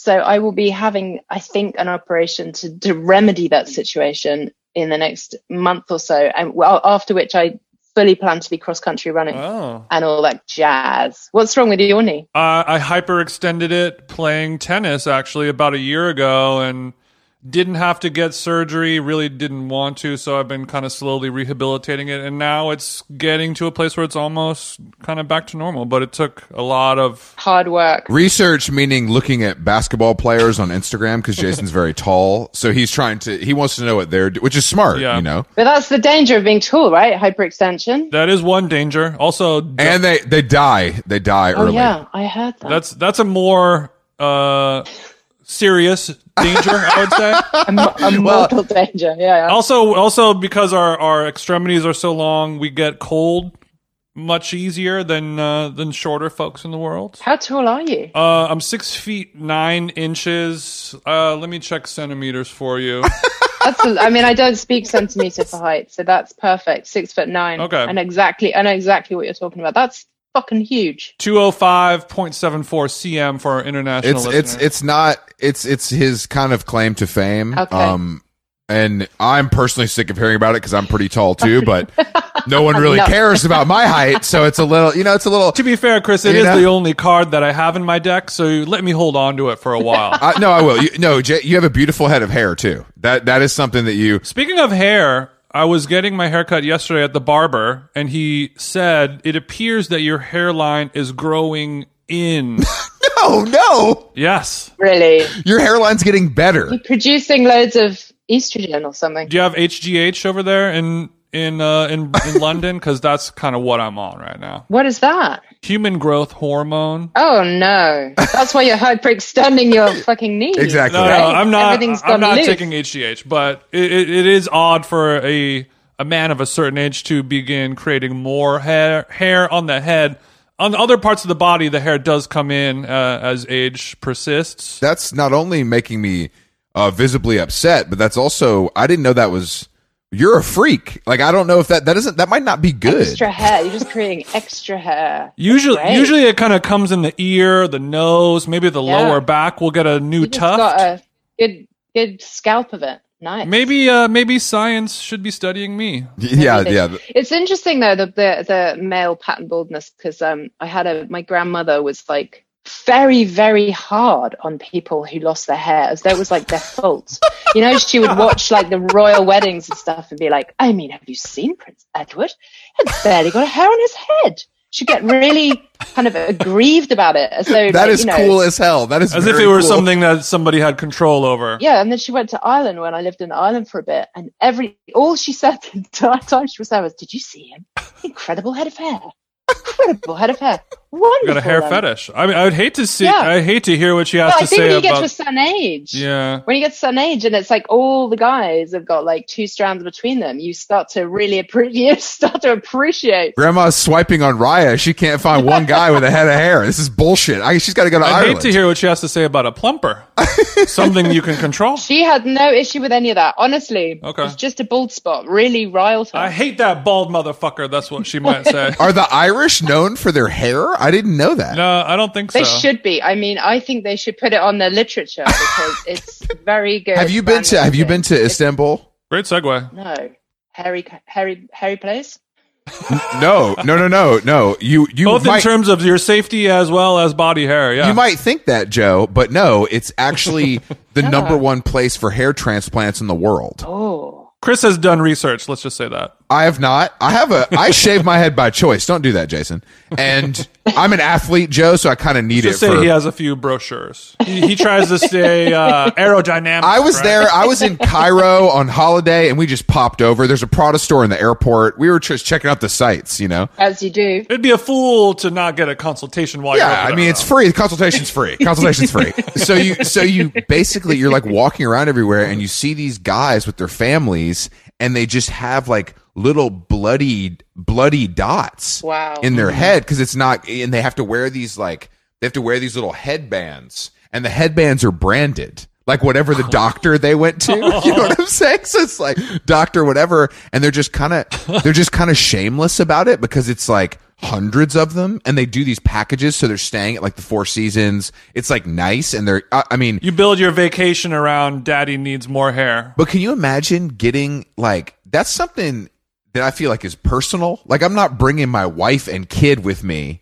C: So I will be having, I think, an operation to, to remedy that situation in the next month or so, and well, after which I fully plan to be cross country running
A: Oh.
C: and all that jazz. What's wrong with your knee?
A: Uh, I hyperextended it playing tennis actually about a year ago and didn't have to get surgery, really didn't want to. So I've been kind of slowly rehabilitating it. And now it's getting to a place where it's almost kind of back to normal. But it took a lot of.
C: Hard work.
B: Research meaning looking at basketball players on Instagram because Jason's very tall, so he's trying to. He wants to know what they're, do- which is smart,
A: Yeah.
B: you know.
C: But that's the danger of being tall, right? Hyperextension.
A: That is one danger. Also,
B: And they they die. They die
C: Oh
B: early.
C: yeah, I heard that.
A: that's that's a more uh, serious danger, I would say.
C: a, mo- a mortal danger. Yeah. yeah.
A: also also because our our extremities are so long we get cold much easier than uh than shorter folks in the world
C: How tall are you?
A: uh i'm six feet nine inches uh let me check centimeters for you
C: That's a, I mean, I don't speak centimeter for height, so that's perfect. Six foot nine.
A: Okay.
C: And exactly, I know exactly what you're talking about. That's fucking huge.
A: 205.74 cm for our international
B: It's
A: listener.
B: it's it's not. It's it's his kind of claim to fame.
C: Okay.
B: Um, and I'm personally sick of hearing about it because I'm pretty tall too, but no one really
C: No.
B: cares about my height, so it's a little. You know, it's a little.
A: to be fair chris it
B: You
A: is
B: know-
A: the only card that i have in my deck so let me hold on to it for a while
B: I, no, I will. You, no, Jay, you have a beautiful head of hair too. That that is something that you.
A: Speaking of hair, I was getting my haircut yesterday at the barber, and he said, It appears that your hairline is growing in.
B: No, no,
A: yes.
C: Really.
B: your hairline's getting better.
C: You're producing loads of estrogen or something.
A: Do you have HGH over there in in uh, in, in London? Because that's kind of what I'm on right now.
C: What is that?
A: Human growth hormone.
C: Oh no. That's why you're hyperextending your fucking knee.
B: Exactly.
A: No, no,
B: Right.
A: I'm not.
C: Everything's
A: I'm
C: gone
A: not
C: loose.
A: taking HGH, but it, it, it is odd for a a man of a certain age to begin creating more hair hair on the head. On the other parts of the body, the hair does come in uh, as age persists.
B: that's not only making me uh, visibly upset, but that's also I didn't know that was you're a freak. Like I don't know if that that isn't that might not be good.
C: Extra hair. You're just creating extra hair.
A: Usually,
C: Great.
A: usually it kind of comes in the ear, the nose, maybe the
C: Yeah.
A: lower back. We'll get a new
C: You just got
A: tuft.
C: a good, good scalp of it. Nice.
A: maybe, uh, maybe science should be studying me.
B: Yeah,
C: Everything.
B: yeah.
C: It's interesting though the the, the male pattern baldness because um I had a my grandmother was like very very hard on people who lost their hair as though it was like their fault. You know, she would watch like the royal weddings and stuff and be like, I mean, have you seen Prince Edward? He's barely got a hair on his head. She'd get really kind of aggrieved about it as though
B: That
C: like,
B: is
C: you know,
B: cool as hell. That is
A: As if
B: very
A: it were
B: cool.
A: something that somebody had control over.
C: yeah, and then she went to Ireland when I lived in Ireland for a bit, and every all she said the entire time she was there was, "Did you see him? Incredible head of hair, incredible head of hair, wonderful."
A: got a hair
C: then."
A: fetish. I mean, I would hate to see.
C: Yeah.
A: I hate to hear what she has
C: Well,
A: to
C: I think
A: say
C: when you get
A: about.
C: to a certain age,
A: yeah,
C: when you get to a certain age, and it's like all the guys have got like two strands between them, you start to really appreciate. You start to appreciate.
B: Grandma's swiping on Raya. She can't find one guy with a head of hair. This is bullshit. I, she's got to go to
A: I
B: Ireland.
A: hate to hear what she has to say about a plumper. Something you can control.
C: She had no issue with any of that, honestly.
A: Okay.
C: it's just a bald spot, really riled her.
A: I hate that bald motherfucker. That's what she might say.
B: Are the Irish known for their hair? I didn't know that.
A: No, I don't think so.
C: They should be. I mean, I think they should put it on their literature because it's very good.
B: Have you been to Have you been to Istanbul?
A: Great segue.
C: No, hairy, hairy, hairy place.
B: No, no, no, no, no. You you
A: Both in
B: might
A: terms of your safety as well as body hair. Yeah.
B: You might think that, Joe, but no, it's actually the number one place for hair transplants in the world.
C: Oh,
A: Chris has done research. Let's just say that.
B: I have not. I have a. I shave my head by choice. Don't do that, Jason. And I'm an athlete, Joe, so I kind of need
A: Just
B: it.
A: say
B: for-
A: he has a few brochures. He, he tries to stay uh, aerodynamic.
B: I was
A: right?
B: there. I was in Cairo on holiday, and we just popped over. There's a Prada store in the airport. We were just checking out the sites, you know.
C: as you do.
A: It'd be a fool to not get a consultation while you're.
B: Yeah,
A: over
B: I
A: there,
B: mean it's
A: though.
B: free. The consultation's free. Consultation's free. So you so you basically you're like walking around everywhere and you see these guys with their families and they just have like little bloody bloody dots
C: Wow.
B: in their head cuz it's not and they have to wear these like they have to wear these little headbands and the headbands are branded like whatever the doctor they went to, you know what I'm saying? So it's like doctor whatever, and they're just kind of they're just kind of shameless about it because it's like hundreds of them, and they do these packages, so they're staying at like the Four Seasons. It's like nice, and they're I, I mean,
A: You build your vacation around daddy needs more hair.
B: but can you imagine getting like that's something that I feel like is personal. Like I'm not bringing my wife and kid with me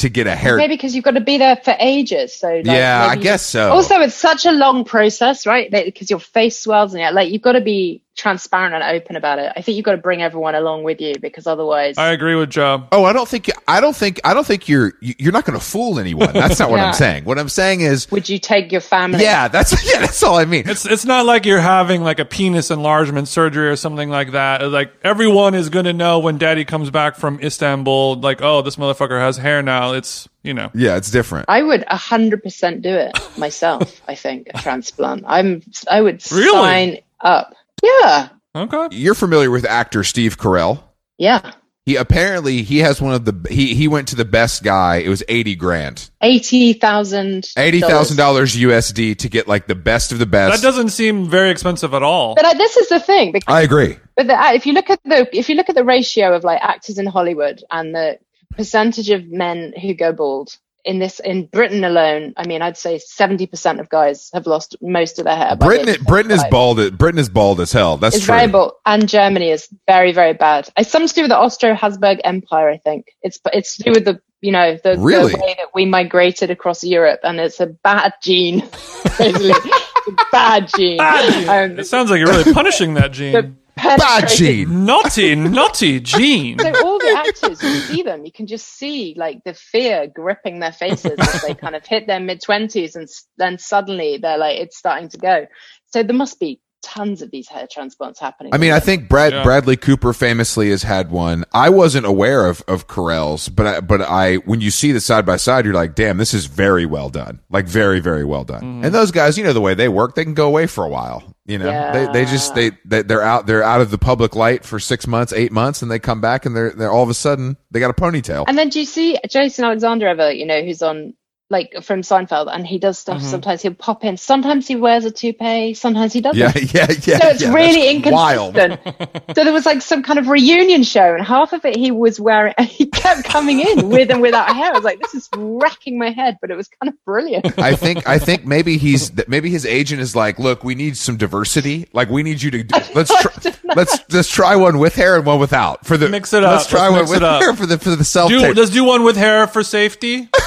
B: to get a hair.
C: Maybe because you've got to be there for ages. So like,
B: yeah,
C: maybe
B: I
C: you-
B: guess so.
C: Also, it's such a long process, right? Because your face swells and yeah, like you've got to be transparent and open about it. I think you've got to bring everyone along with you because otherwise,
A: I agree with Joe.
B: Oh, I don't think I don't think I don't think you're you- you're not going to fool anyone. That's not what
C: Yeah.
B: I'm saying. What I'm saying is,
C: would you take your family?
B: yeah, that's yeah, that's all I mean.
A: It's it's not like you're having like a penis enlargement surgery or something like that. It's Like everyone is gonna know when daddy comes back from Istanbul, like, oh, this motherfucker has hair now. It's you know.
B: Yeah, it's different.
C: I would hundred percent do it myself. I think a transplant. I'm. I would
A: Really?
C: sign up. Yeah.
A: Okay.
B: You're familiar with actor Steve Carell?
C: Yeah.
B: He apparently he has one of the he he went to the best guy. It was eighty grand,
C: Eighty thousand.
B: eighty thousand dollars USD to get like the best of the
A: That
B: best.
A: doesn't seem very expensive at all.
C: But I, this is the thing. Because
B: I agree.
C: But the, if you look at the if you look at the ratio of like actors in Hollywood and the percentage of men who go bald in this in Britain alone, I mean, I'd say seventy percent of guys have lost most of their hair. by the age
B: Britain
C: of
B: Britain is
C: 35.
B: bald. Britain is bald as hell. That's
C: It's
B: true.
C: very bald, and Germany is very very bad. It's something to do with the Austro-Habsburg Empire, I think. It's it's to do with the you know the,
B: Really?
C: the way that we migrated across Europe, and it's a bad gene. Basically. It's a bad gene. Um,
A: It sounds like you're really punishing that gene.
B: Bad
C: penetrated-
B: gene.
A: Naughty, naughty gene.
C: So all the actors, you see them, you can just see like the fear gripping their faces as they kind of hit their mid twenties, and s- then suddenly they're like, it's starting to go. So there must be tons of these hair transplants happening.
B: I mean, I think Brad
A: Yeah.
B: Bradley Cooper famously has had one. I wasn't aware of of Carell's, but I, but I when you see the side by side, you're like, damn, this is very well done, like very very well done. And those guys, you know, the way they work, they can go away for a while. You know, they they just they, they they're out they're out of the public light for six months, eight months, and they come back and they're they're all of a sudden they got a ponytail.
C: And then do you see Jason Alexander ever? You know, who's on like from Seinfeld, and he does
B: Mm-hmm.
C: stuff. Sometimes he'll pop in. Sometimes he wears a toupee. Sometimes he doesn't.
B: yeah, yeah, yeah.
C: so it's
B: yeah,
C: really
B: that's wild.
C: inconsistent. so there was like some kind of reunion show, and half of it he was wearing, he kept coming in with and without hair. I was like, this is wrecking my head, but it was kind of brilliant.
B: I think I think maybe he's that maybe his agent is like, look, we need some diversity. Like we need you to do, let's tr- let's let's try one with hair and one without for the
A: Mix it up.
B: Let's try
A: Let's
B: one
A: mix
B: with
A: it up.
B: hair for the for the self
A: Do,
B: tape.
A: let's do one with hair for safety.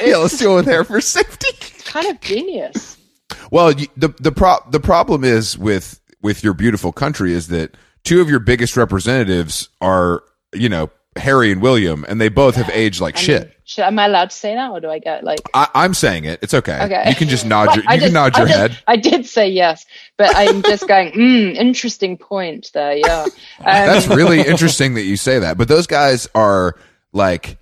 B: Yeah, let's do it with hair for safety.
C: kind of genius.
B: Well, you, the the pro- the problem is with with your beautiful country is that two of your biggest representatives are you know Harry and William, and they both have aged like
C: I mean,
B: shit.
C: Should, am I allowed to say that, or do I get like?
B: I, I'm saying it. It's okay.
C: Okay.
B: You can just nod
C: Well,
B: your you
C: I
B: can
C: just-
B: nod
C: I
B: your
C: just-
B: head.
C: I did say yes, but I'm just going. Mm, interesting point there. Yeah, um,
B: That's really interesting that you say that. But those guys are like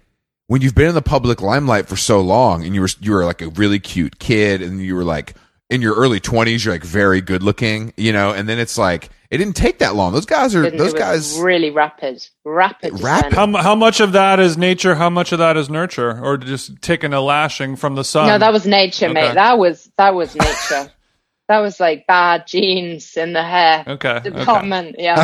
B: when you've been in the public limelight for so long and you were you were like a really cute kid and you were like in your early 20s you're like very good looking, you know, and then it's like it didn't take that long. Those guys are
C: didn't-
B: those
C: it was
B: guys
C: really rapid, rapid,
B: Rapid?
C: descent.
A: How, mu- how much of that is nature? How much of that is nurture? Or just taking a lashing from the sun?
C: No, that was nature,
A: Um, okay.
C: mate. That was that was nature. that was like bad genes in the hair
A: Okay, okay.
C: department. Yeah,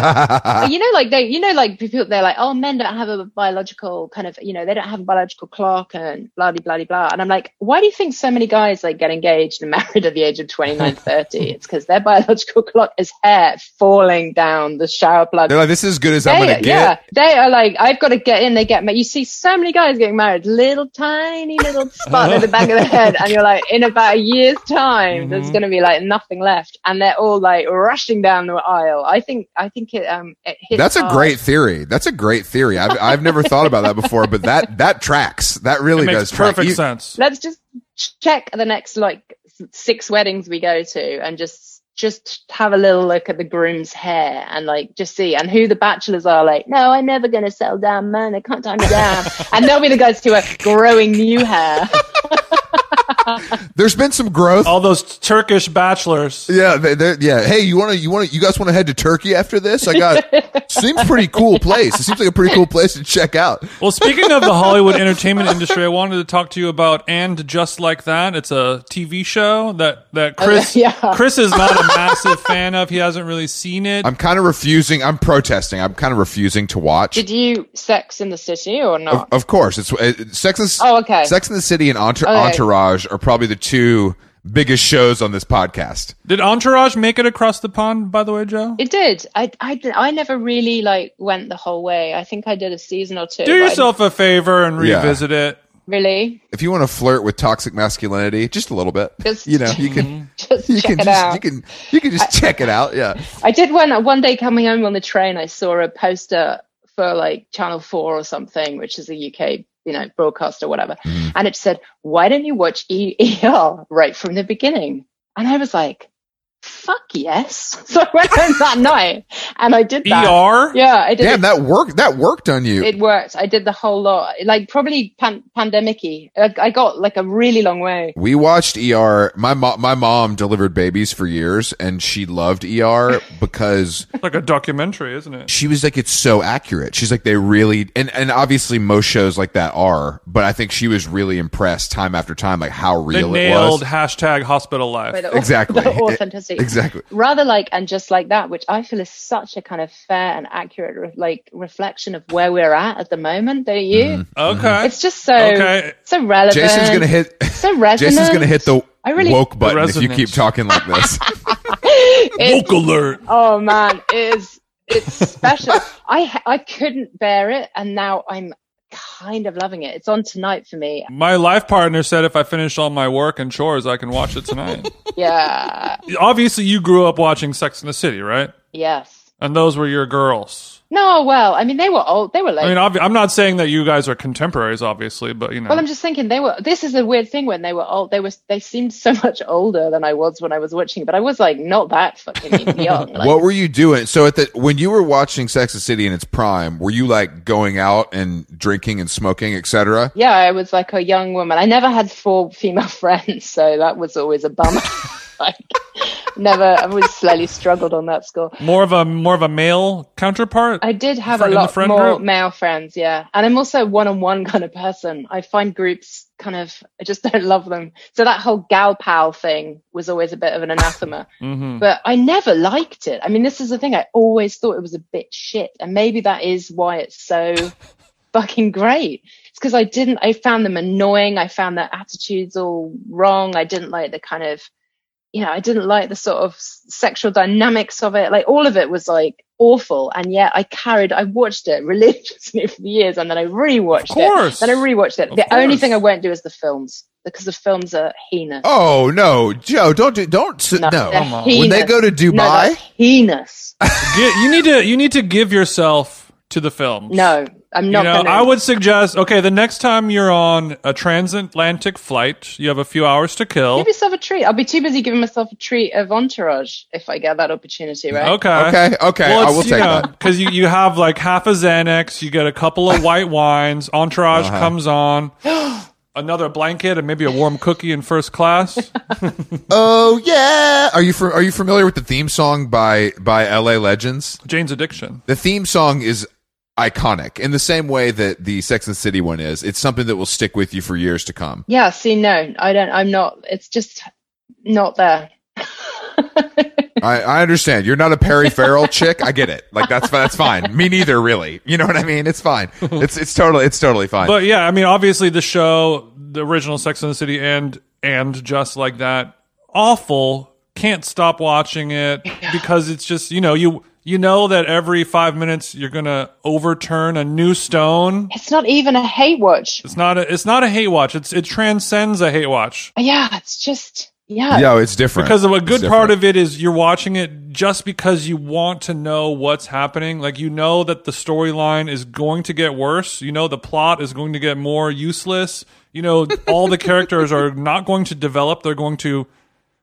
C: But you know, like they, you know, like people, they're like, oh, men don't have a biological kind of, you know, they don't have a biological clock and blah de blah de blah. And I'm like, why do you think so many guys like get engaged and married at the age of 29, 30? It's because their biological clock is hair falling down the shower plug
B: they're like this is as good as I'm going to
C: yeah,
B: get.
C: they are like, I've got to get in. They get married. You see so many guys getting married, little
B: Mm-hmm.
C: tiny little spot in the back of the head, and you're like, in about a year's time, there's going to be like nothing left, and they're all like rushing down the aisle. I think I think it um it hits
B: That's a
C: hard.
B: great theory. That's a great theory. I've, I've never thought about that before, but that that tracks. That really
A: it makes
B: does track.
A: perfect
B: You-
A: sense.
C: Let's just check the next like s- six weddings we go to, and just just have a little look at the groom's hair and like just see and who the bachelors are like no i'm never going to settle down man i can't tie me down and they'll be the guys who are growing new hair
B: There's been some growth.
A: All those Turkish bachelors.
B: Yeah, they, they, yeah. Hey, you want to? You want to? You guys want to head to Turkey after this? I got. seems pretty cool place. It seems like a pretty cool place to check out.
A: Well, speaking of the Hollywood entertainment industry, I wanted to talk to you about and just like that. It's a TV show that that Chris
C: Uh, yeah.
A: Chris is not a massive fan of. He hasn't really seen it.
B: I'm kind of refusing. I'm protesting. I'm kind of refusing to watch.
C: did you sex in the city or not
B: Of course, it's it, Sex and
C: Oh, okay.
B: Sex and the City and Entour-
C: Okay.
B: Entourage are probably the two biggest shows on this podcast.
A: Did Entourage make it across the pond? By the way, Joe.
C: It did. I, I, d- I never really like went the whole way. I think I did a season or two.
A: Do
C: but I
A: yourself a favor and
B: Yeah.
A: revisit it.
C: didn't really
B: If you want to flirt with toxic masculinity, just a little bit,
C: Just-
B: you know, you can
A: Mm-hmm.
C: just
B: you
C: check
B: can
C: it
B: just,
C: out.
B: you can you can just check it out. Yeah,
C: I did one one day coming home on the train. I saw a poster for like Channel Four or something, which is a UK you know broadcast or whatever,
B: Mm-hmm.
C: and it said, "Why don't you watch EEL right from the beginning?" And I was like, "Fuck yes!" So I went home that night and I did
B: E
C: that.
A: ER.
C: Yeah, I did. it
B: damn that worked. That worked on you.
C: it worked. I did the whole lot, like probably pan- pandemic-y. I, I got like a really long way.
B: We watched ER. My mom, my mom delivered babies for years, and she loved ER because
A: Like a documentary, isn't it?
B: she was like, "It's so accurate." She's like, "They really," and and obviously most shows like that are, but I think she was really impressed time after time, like how
A: They
B: real it
A: nailed
B: was.
A: hashtag hospital life.
C: But the-
B: Exactly.
C: the authenticity,
B: Exactly.
C: rather like and just like that, which I feel is such a kind of fair and accurate, re- like reflection of where we're at at the moment. Don't you?
A: Okay.
C: It's just so
A: Okay.
C: so relevant.
B: Mm-hmm. Jason's gonna hit.
C: so resonant.
B: Jason's gonna hit the
C: I really-
B: woke button if you
A: resonance.
B: keep talking like this.
C: It's-
A: alert.
C: oh man, it is it's special. I ha- I couldn't bear it, and now I'm kind of loving it. It's on tonight for me.
A: My life partner said if I finish all my work and chores, I can watch it tonight.
C: Yeah.
A: Obviously, you grew up watching Sex in the City, right?
C: yes.
A: And those were your girls.
C: No, well, I mean, they were old. They were like,
A: I mean, obvi- I'm not saying that you guys are contemporaries, obviously, but you know.
C: well, I'm just thinking they were. This is a weird thing when they were old. They were. They seemed so much older than I was when I was watching. But I was like, not that fucking young. Like,
B: what were you doing? So at the when you were watching Sex and the City in its prime, were you like going out and drinking and smoking, etc.?
C: yeah, I was like a young woman. I never had four female friends, so that was always a bummer. like, never. I always slowly struggled on that score.
A: more of a more of a male counterpart.
C: I did have
A: Fr-
C: a
A: in the
C: lot
A: friend
C: more
A: group?
C: male friends, yeah. And I'm also a one-on-one kind of person. I find groups kind of I just don't love them. So that whole gal pal thing was always a bit of an anathema.
B: Mm.
A: Mhm.
C: But I never liked it. I mean, this is the thing. I always thought it was a bit shit, and maybe that is why it's so fucking great. It's because I didn't. I found them annoying. I found their attitudes all wrong. I didn't like the kind of, you know, I didn't like the sort of s- sexual dynamics of it. Like all of it was like awful, and yet I carried. I watched it religiously for years, and then I rewatched
A: Of course.
C: it. Then I rewatched it.
A: Of
C: the only
A: course.
C: thing I won't do is the films because the films are heinous.
B: Oh no, Joe! Don't do don't s- no.
C: they're
A: come on.
B: When they
C: heinous.
B: go to Dubai,
C: No, that's heinous.
A: Get- you need to you need to give yourself to the films.
C: No, I'm
A: You
C: not
A: know,
C: gonna.
A: I would suggest okay, the next time you're on a transatlantic flight, you have a few hours to kill.
C: give yourself a treat. I'll be too busy giving myself a treat of entourage if I get that opportunity, right?
A: Okay.
B: Okay, okay, I will take that.
A: Because you, you have like half a Xanax, you get a couple of white wines, entourage
B: Uh-huh.
A: comes on, another blanket, and maybe a warm cookie in first class.
B: Oh yeah. Are you fam- are you familiar with the theme song by by LA Legends?
A: Jane's Addiction.
B: The theme song is iconic in the same way that the Sex and the City one is. It's something that will stick with you for years to come.
C: Yeah. See, no, I don't. I'm not. It's just not there.
B: I, I understand. You're not a Perry Farrell chick. I get it. Like that's that's fine. Me neither, really. You know what I mean? It's fine. It's it's totally it's totally fine.
A: But yeah, I mean, obviously the show, the original Sex and the City, and and just like that, awful. Can't stop watching it because it's just you know you you know that every five minutes you're gonna overturn a new stone.
C: It's not even a hate watch.
A: It's not a it's not a hate watch. It's it transcends a hate watch.
C: Yeah, it's just. yeah,
B: Yeah, it's different.
A: Because a
B: It's
A: good
B: different.
A: part of it is you're watching it just because you want to know what's happening. Like you know that the storyline is going to get worse. You know the plot is going to get more useless. You know all the characters are not going to develop. They're going to,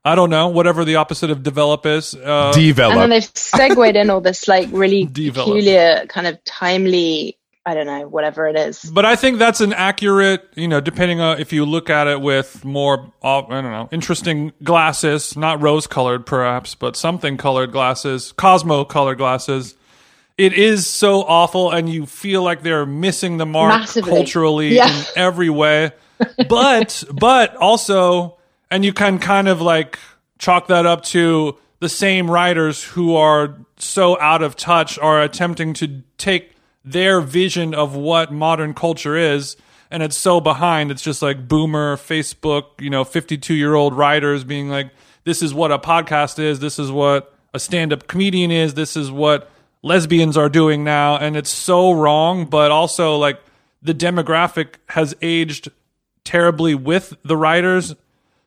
A: I don't know, whatever the opposite of develop is. Uh,
C: and then
B: develop.
C: they've segued in all this like really
A: Develop.
C: peculiar kind of timely. I don't know, whatever it is.
A: But I think that's an accurate, you know, depending on if you look at it with more, uh, I don't know, interesting glasses, not rose colored perhaps, but something colored glasses, Cosmo colored glasses. It is so awful, and you feel like they're missing the mark
C: Massively.
A: culturally
C: Yeah.
A: in every way. But, but also, and you can kind of like chalk that up to the same writers who are so out of touch are attempting to take their vision of what modern culture is and it's so behind it's just like boomer facebook you know 52 year old writers being like this is what a podcast is this is what a stand-up comedian is this is what lesbians are doing now and it's so wrong but also like the demographic has aged terribly with the writers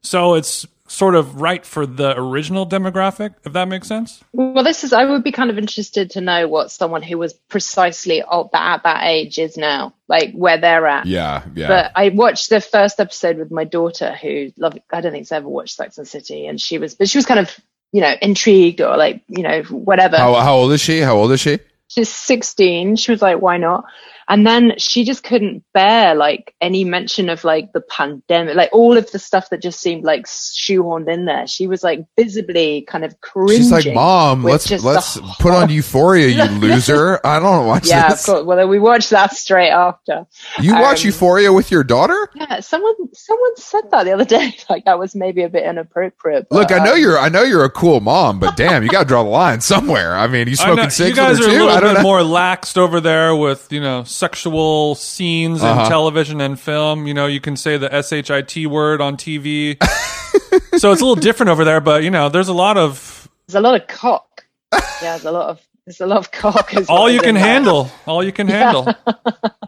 A: so it's sort of right for the original demographic, if that makes sense.
C: Well, this is. I would be kind of interested to know what someone who was precisely of that, at that age is now, like where they're at.
B: Yeah, yeah.
C: But I watched the first episode with my daughter, who loved. I don't think she's ever watched Sex and the City, and she was, but she was kind of, you know, intrigued or like, you know, whatever.
B: how, how old is she? How old is she?
C: she's 16 she was like why not and then she just couldn't bear like any mention of like the pandemic like all of the stuff that just seemed like shoehorned in there she was like visibly kind of cringing
B: She's like, mom,
C: with
B: let's
C: just
B: let's
C: the
B: put on Euphoria, you loser. I don't watch
C: yeah
B: this.
C: of course well we watched that straight after
B: You watch
C: Um,
B: Euphoria with your daughter?
C: yeah someone someone said that the other day like that was maybe a bit inappropriate but,
B: Look, I know
C: um,
B: you're I know you're a cool mom, but damn, you got to draw the line somewhere. I mean, you
A: I know-
B: smoking
A: you
B: six
A: guys
B: or
A: are a
B: two?
A: little
B: I don't
A: bit
B: know.
A: more laxed over there with you know sexual scenes
B: Uh-huh.
A: in television and film. You know, you can say the shit word on TV, so it's a little different over there. But you know, there's a lot of
C: there's a lot of cock yeah there's a lot of there's a lot of cock as
A: all
C: well
A: you
C: as
A: can
C: in that.
A: handle. All you can handle.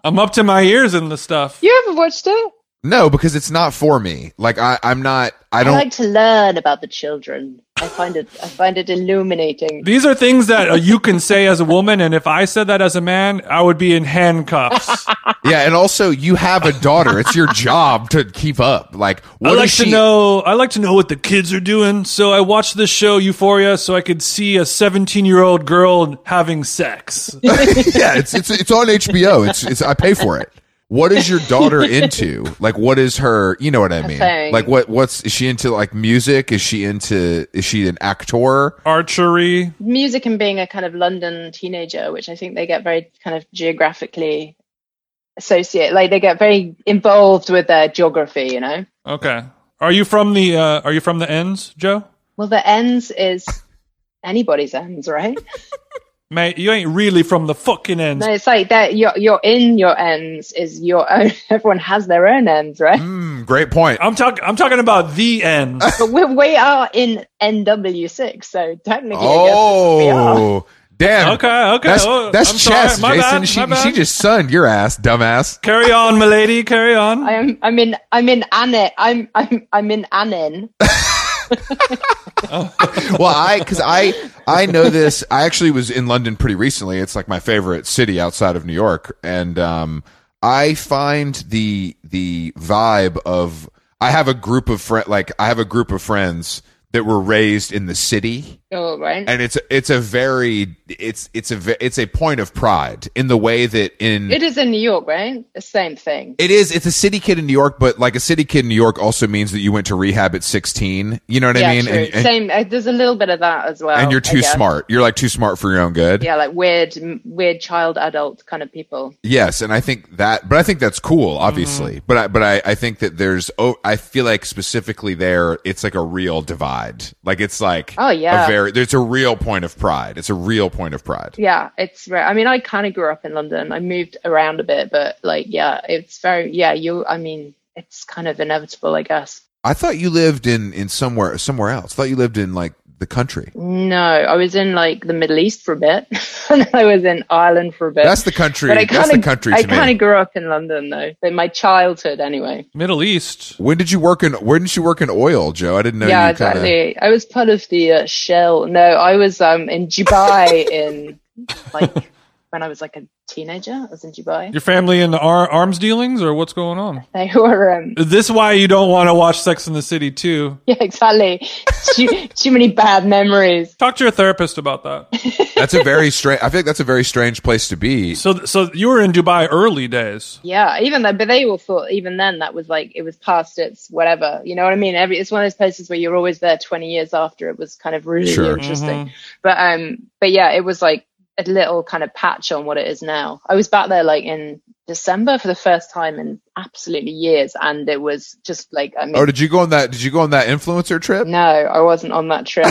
A: I'm up to my ears in the stuff.
C: you ever watched it
B: No, because it's not for me. Like I I'm not I
C: I
B: don't
C: like to learn about the children. I find it I find it illuminating.
A: These are things that uh, you can say as a woman, and if I said that as a man, I would be in handcuffs.
B: Yeah, and also you have a daughter. It's your job to keep up. Like what
A: I like
B: is she
A: to know. I like to know what the kids are doing. So I watched this show Euphoria, so I could see a 17 year old girl having sex.
B: yeah, it's it's it's on HBO. It's it's I pay for it. What is your daughter into? Like what is her, you know what I mean?
C: thing.
B: Like what what's is she into like music? Is she into is she an actor?
A: Archery.
C: Music and being a kind of London teenager, which I think they get very kind of geographically associate like they get very involved with their geography, you know.
A: Okay. Are you from the uh, Are you from the ends, Joe?
C: Well the ends is anybody's ends, right?
A: Mate, you ain't really from the fucking ends.
C: No, it's like that you're you're in your ends is your own everyone has their own ends, right?
B: Mm, great point.
A: I'm talking. I'm talking about the ends.
C: But we we are in NW six, so technically I guess we are.
B: Oh, damn.
A: Okay. Okay.
B: That's,
A: oh,
B: that's
A: I'm sorry.
B: chess,
A: My
B: Jason.
A: bad,
B: she,
A: my bad.
B: she just sunned your ass, dumbass.
A: carry on, milady. Carry on.
C: I am. I'm in. I'm in Annan. I'm. I'm. I'm in Annan.
B: Well, I because I I know this. I actually was in London pretty recently. It's like my favorite city outside of New York, and um, I find the the vibe of I have a group of friend like I have a group of friends that were raised in the city.
C: Oh, right.
B: and it's it's a very it's it's a ve- it's a point of pride in the way that in
C: It is in New York, right? The same thing.
B: It is. It's a city kid in New York, but like a city kid in New York also means that you went to rehab at 16. You know what
C: yeah,
B: I mean?
C: true.
B: And, and,
C: same. Uh, there's a little bit of that as well.
B: and you're
C: I
B: too
C: guess.
B: smart. You're like too smart for your own good.
C: Yeah, like weird, m- weird child, adult kind of people.
B: Yes, and I think that, but I think that's cool, obviously.
C: Mm-hmm.
B: But I, but I, I think that there's, oh, I feel like specifically there, it's like a real divide. Like it's like,
C: Oh,
B: a
C: yeah.
B: very, there's a real point of pride. It's a real point of pride.
C: Yeah, it's right. I mean, I kind of grew up in London. I moved around a bit, but like, yeah, it's very. Yeah, you. I mean, it's kind of inevitable, I guess.
B: I thought you lived in in somewhere somewhere else. I thought you lived in like the country?
C: No, I was in like the Middle East for a bit, and I was in Ireland for a bit.
B: That's the country.
C: but I
B: That's
C: kinda-
B: the country
C: I
B: to me.
C: kind of grew up in London though, but my childhood anyway.
A: Middle East.
B: when did you work in? When did you work in oil, Joe? I didn't know.
C: yeah,
B: you kinda,
C: exactly. I was part of the uh, Shell. No, I was um in Dubai in like when I was like a teenager. I was in Dubai.
A: Your family in the ar- arms dealings, or what's going on?
C: They were um
A: Is this why you don't want to watch Sex in the City too?
C: yeah exactly too, too many bad memories.
A: Talk to your therapist about that.
B: That's a very strange. I think that's a very strange place to be.
A: So, so you were in Dubai early days.
C: Yeah, even though, but they all thought even then that was like it was past its whatever. You know what I mean? Every it's one of those places where you're always there twenty years after it was kind of really
B: Sure.
C: interesting. But um, but yeah, it was like a little kind of patch on what it is now. I was back there like in December for the first time in absolutely years, and it was just like I mean,
B: Oh, did you go on that? Did you go on that influencer trip?
C: no, I wasn't on that trip.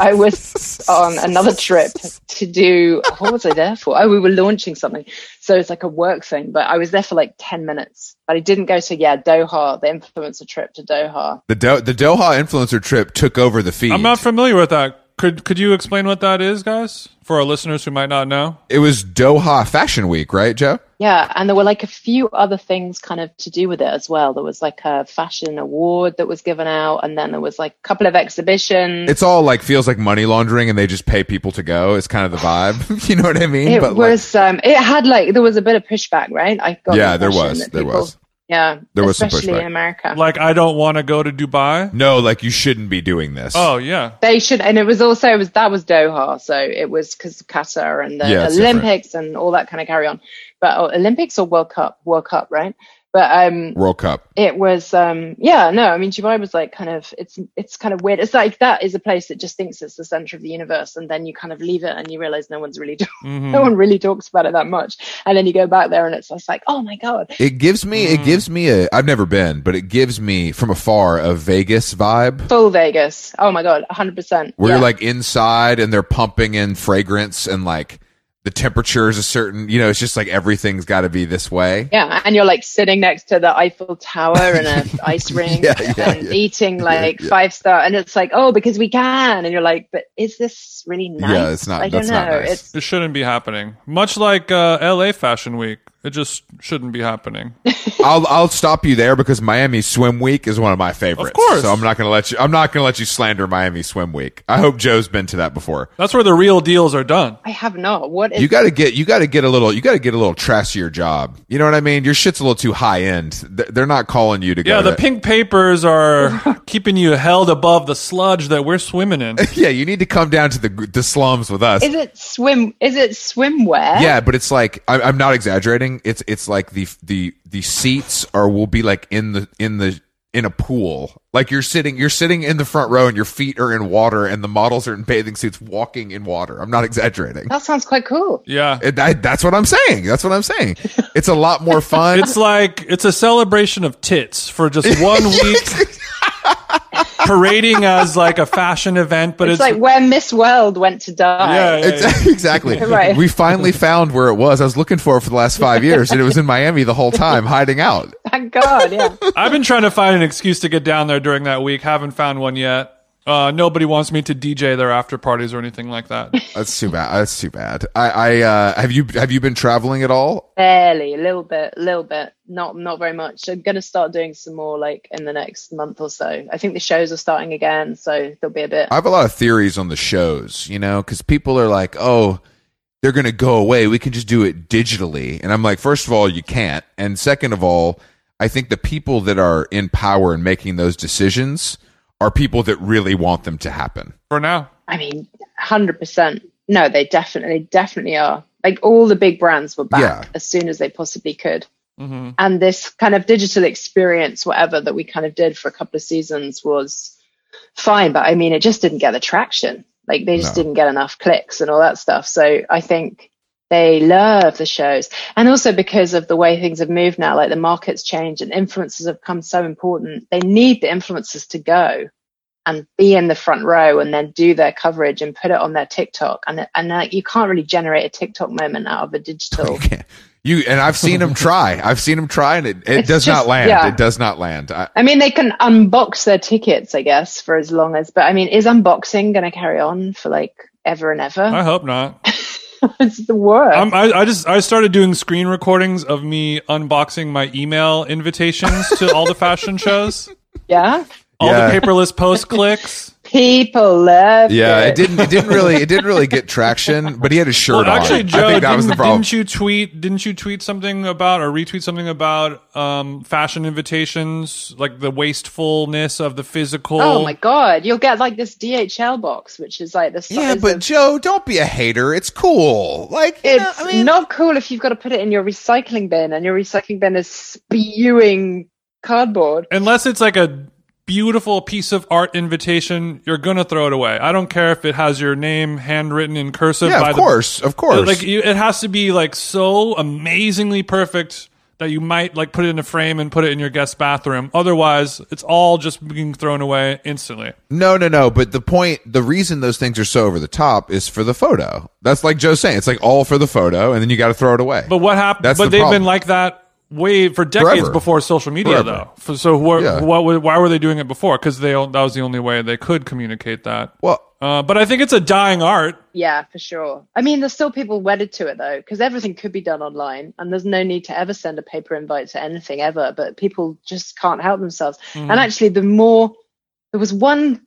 C: I was on another trip to do what was I there for? Oh, we were launching something. So it's like a work thing, but I was there for like 10 minutes. But I didn't go to, yeah, Doha, the influencer trip to Doha.
B: The Do- the Doha influencer trip took over the feed.
A: I'm not familiar with that. Could could you explain what that is, guys, for our listeners who might not know?
B: it was Doha Fashion Week, right, Joe?
C: Yeah. And there were like a few other things kind of to do with it as well. There was like a fashion award that was given out, and then there was like a couple of exhibitions.
B: It's all like feels like money laundering, and they just pay people to go. It's kind of the vibe. you know what I mean?
C: It
B: but like,
C: was. Um, it had like there was a bit of pushback, right? I got the
B: Yeah, there
C: impression
B: was,
C: that
B: there
C: people-
B: was.
C: Yeah,
B: There was some
C: especially
B: pushback.
C: in America.
A: Like, I don't want to go to Dubai.
B: no, like you shouldn't be doing this.
A: Oh yeah,
C: they should and it was also it was that was doha so it was because qatar and the
B: Yeah, it's
C: olympics and all that kind of carry on but oh, olympics or world cup world cup right but um
B: World Cup.
C: it was um yeah no i mean dubai was like kind of it's it's kind of weird it's like that is a place that just thinks it's the center of the universe and then you kind of leave it and you realize no one's really
A: Mm-hmm.
B: Hmm.
C: no one really talks about it that much and then you go back there and it's just like oh my god
B: It gives me.
A: Mm.
B: It gives me a. I've never been, but it gives me from afar a Vegas vibe.
C: full vegas oh my god 100%
B: where
C: yeah.
B: you're like inside and they're pumping in fragrance and like the temperature is a certain you know it's just like everything's got to be this way
C: Yeah, and you're like sitting next to the Eiffel Tower and an ice rink
B: Yeah, yeah,
C: and
B: yeah.
C: eating like five star, and it's like, oh, because we can, and you're like, but is this really nice?
B: Yeah, it's not-
C: I
B: that's
C: don't know.
B: not nice.
C: It's
A: it shouldn't be happening. Much like uh, L.A. Fashion Week, it just shouldn't be happening.
B: i'll i'll stop you there because miami swim week is one of my favorites
A: Of course.
B: so i'm not gonna let you i'm not gonna let you slander miami swim week i hope joe's been to that before
A: That's where the real deals are done.
C: I have not. What is?
B: you gotta get you gotta get a little you gotta get a little trashier job you know what i mean your shit's a little too high end Th- they're not calling you to go
A: Yeah, the
B: to-
A: pink papers are keeping you held above the sludge that we're swimming in.
B: yeah you need to come down to the the slums with us
C: is it swim? Is it swimwear?
B: Yeah, but it's like I, I'm not exaggerating. It's it's like the the the seats are will be like in the in the in a pool. Like you're sitting you're sitting in the front row and your feet are in water and the models are in bathing suits walking in water. I'm not exaggerating.
C: that sounds quite cool.
A: Yeah.
B: It, I, that's what I'm saying. That's what I'm saying. It's a lot more fun.
A: It's like it's a celebration of tits for just one week, parading as like a fashion event, but
C: It's,
A: it's,
C: like where Miss World went to die.
A: yeah, yeah, yeah.
B: Ex- exactly.
C: Right.
B: We finally found where it was. I was looking for it for the last five years, and it was in Miami the whole time, hiding out.
C: Thank God. Yeah.
A: I've been trying to find an excuse to get down there during that week. Haven't found one yet. Uh, nobody wants me to DJ their after parties or anything like that.
B: That's too bad. That's too bad. I, I uh, have you have you been traveling at all?
C: Barely, a little bit, little bit, not not very much. I'm gonna start doing some more like in the next month or so. I think the shows are starting again, so there'll be a bit.
B: I have a lot of theories on the shows, you know, because people are like, oh, they're going to go away. We can just do it digitally. And I'm like, first of all, you can't. And second of all, I think the people that are in power and making those decisions are people that really want them to happen.
A: For now,
C: I mean, hundred percent. No, they definitely, definitely are. Like all the big brands were back
B: Yeah.
C: as soon as they possibly could,
A: Mm-hmm.
C: and this kind of digital experience, whatever that we kind of did for a couple of seasons, was fine. But I mean, it just didn't get the traction. Like they just
B: No.
C: didn't get enough clicks and all that stuff. So I think they love the shows, and also because of the way things have moved now, like the markets change and influencers have become so important. They need the influencers to go and be in the front row and then do their coverage and put it on their TikTok. And and like, you can't really generate a TikTok moment out of a digital.
B: You can't, You and I've seen him try. I've seen him try, and it, it
C: It's
B: does
C: just-
B: not land.
C: yeah.
B: It does not land. I,
C: I mean, they can unbox their tickets, I guess, for as long as. But I mean, is unboxing going to carry on for like ever and ever?
A: I hope not.
C: it's the worst.
B: Um,
A: I'm, I, I just I started doing screen recordings of me unboxing my email invitations to all the fashion shows,
C: yeah,
A: all
B: Yeah.
A: the paperless post clicks.
C: people love.
B: yeah,
C: it.
B: it didn't. It didn't really. It didn't really get traction. But he had a shirt
A: Well, actually,
B: on.
A: Joe,
B: I think that
A: didn't,
B: was the problem.
A: didn't you tweet? Didn't you tweet something about or retweet something about um, fashion invitations, like the wastefulness of the physical?
C: Oh my god, you'll get like this DHL box, which is like the size
B: yeah, but
C: of-
B: Joe, don't be a hater. It's cool. Like you know,
C: it's
B: I mean,
C: not cool if you've got to put it in your recycling bin and your recycling bin is spewing cardboard.
A: Unless it's like a beautiful piece of art invitation, you're gonna throw it away. I don't care if it has your name handwritten in cursive.
B: yeah,
A: by
B: of
A: the-
B: course, of course.
A: Like you, it has to be like so amazingly perfect that you might like put it in a frame and put it in your guest bathroom. Otherwise, it's all just being thrown away instantly.
B: No, no, no. But the point, the reason those things are so over the top is for the photo. That's like Joe's saying. It's like all for the photo, and then you got to throw it away.
A: But what happened?
B: That's
A: but
B: the
A: they've
B: problem.
A: been like that way for decades
B: Forever.
A: before social media,
B: Forever.
A: though. For, so wh-
B: Yeah.
A: what? were- Why were they doing it before? Because they that was the only way they could communicate that.
B: well,
A: Uh, but I think it's a dying art.
C: Yeah, for sure. I mean, there's still people wedded to it though, because everything could be done online, and there's no need to ever send a paper invite to anything ever. But people just can't help themselves. And actually, the more there was one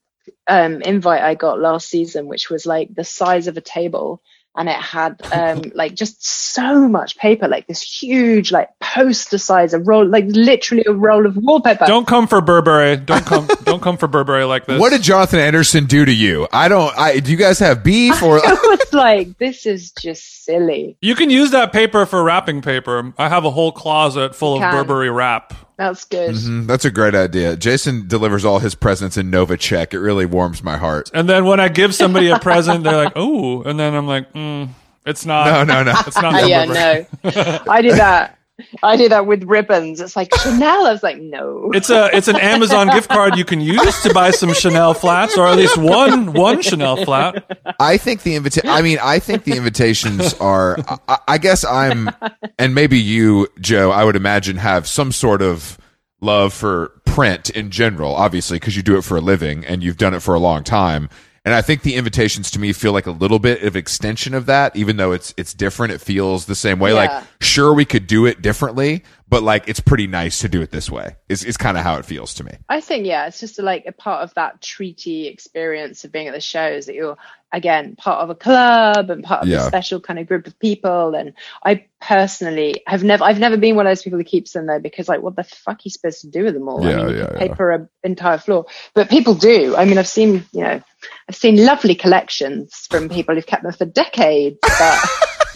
C: um, invite I got last season, which was like the size of a table, and it had um, like just so much paper, like this huge like poster size, a roll, like literally a roll of wallpaper.
A: Don't come for Burberry. Don't come. don't come for Burberry like this.
B: what did Jonathan Anderson do to you? I don't. I do. You guys have beef or?
C: I was like, this is just silly.
A: you can use that paper for wrapping paper. I have a whole closet full
C: You
A: of
C: can.
A: Burberry wrap.
C: That's good.
B: Mm, That's a great idea. Jason delivers all his presents in Nova Check. It really warms my heart.
A: And then when I give somebody a present, they're like, "Ooh," and then I'm like, mm, "It's not.
B: No, no, no.
A: It's not."
C: Oh,
A: for
C: yeah,
A: Burberry.
C: no. I do that. I do that with ribbons. It's like Chanel. I was like, no.
A: It's a it's an Amazon gift card you can use to buy some Chanel flats or at least one one Chanel flat.
B: I think the invitation. I mean, I think the invitations are. I, I guess I'm, and maybe you, Joe. I would imagine have some sort of love for print in general, obviously, because you do it for a living and you've done it for a long time. And I think the invitations to me feel like a little bit of extension of that, even though it's it's different. It feels the same way.
C: Yeah.
B: Like, sure, we could do it differently, but like it's pretty nice to do it this way. Is is kind of how it feels to me.
C: I think yeah, it's just like a part of that treaty experience of being at the shows that you're again part of a club and part of
B: Yeah.
C: a special kind of group of people. And I personally have never, I've never been one of those people who keeps them though, because like, what the fuck are you supposed to do with them all?
B: Yeah,
C: I mean, you
B: yeah,
C: could
B: yeah.
C: paper an entire floor, but people do. I mean, I've seen you know, I've seen lovely collections from people who've kept them for decades, but.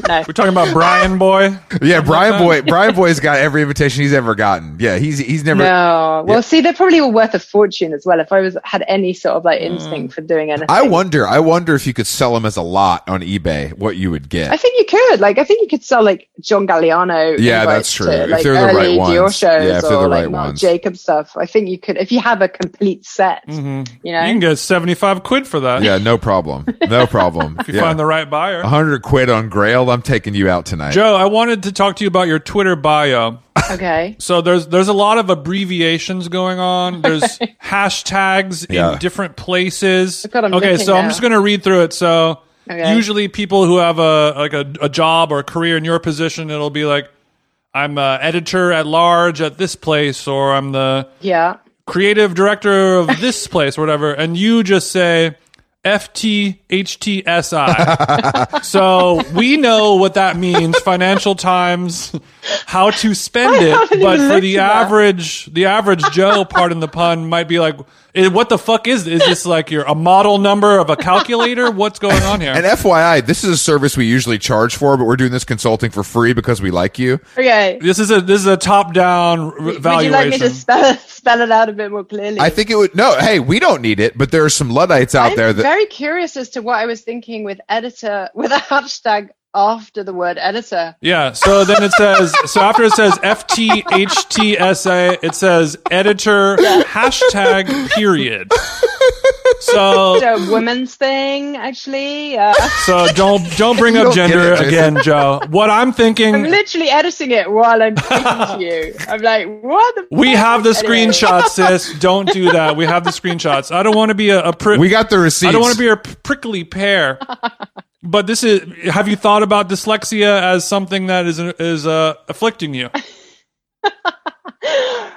C: No.
A: We're talking about Brian Boy.
B: Yeah, Brian Boy. Brian Boy's got every invitation he's ever gotten. Yeah, he's he's never.
C: No. Well, see, they're probably all worth a fortune as well. If I was had any sort of like instinct for doing anything,
B: Mm. I wonder. I wonder if you could sell them as a lot on eBay, what you would
C: I
B: get.
C: think you could. Like, I think you could sell like John Galliano.
B: Yeah,
C: invites
B: that's true.
C: To,
B: If
C: like,
B: they're the right
C: early
B: ones.
C: Dior shows
B: Yeah, if they're
C: or
B: the
C: like
B: right
C: Marc
B: ones.
C: Jacob stuff. I think you could if you have a complete set.
B: Mm-hmm.
C: You know,
A: You can get seventy five quid for that
B: Yeah, Uh-huh. no problem. No problem.
A: if you find the right buyer.
B: hundred quid on Grail. I'm taking you out tonight.
A: Joe, I wanted to talk to you about your Twitter bio.
C: okay.
A: So there's there's a lot of abbreviations going on. There's hashtags
B: Yeah,
A: in different places.
C: God, I'm
A: okay,
C: looking
A: so I'm
C: now.
A: just gonna read through it. So
C: Okay.
A: usually people who have a like a, a job or a career in your position, it'll be like I'm a editor at large at this place, or I'm the
C: Yeah.
A: creative director of this place, or whatever, and you just say FTHTSI. so we know what that means, Financial Times, how to spend it. But for the average the average Joe, pardon the pun, might be like, "Eh, what the fuck is this? Is this like your a model number of a calculator? What's going on
B: And
A: here?
B: FYI, this is a service we usually charge for, but we're doing this consulting for free because we like you.
C: Okay.
A: This is a this is a top down valuation.
C: Would you like me to spell spell it out a bit more clearly?
B: I think it would. No, hey, we don't need it, but there are some luddites out
C: I'm
B: there that.
C: very curious as to what I was thinking with editor with a hashtag after the word editor.
A: Yeah. So then it says, so after it says FTHTSA, it says editor hashtag period. So
C: Did a women's thing actually. Uh,
A: So don't don't bring up
B: don't get
A: gender
B: it, Jason.
A: again, Joe. What I'm
C: I'm
A: thinking,
C: literally editing it while I'm speaking to you. I'm like, what? The
A: we
C: fuck?
A: have the
C: Anyway.
A: screenshots, sis. Don't do that. We have the screenshots. I don't want to be a, a pri-
B: We got the receipts.
A: I don't want to be a prickly pear. But this is. Have you thought about dyslexia as something that is is uh, afflicting you?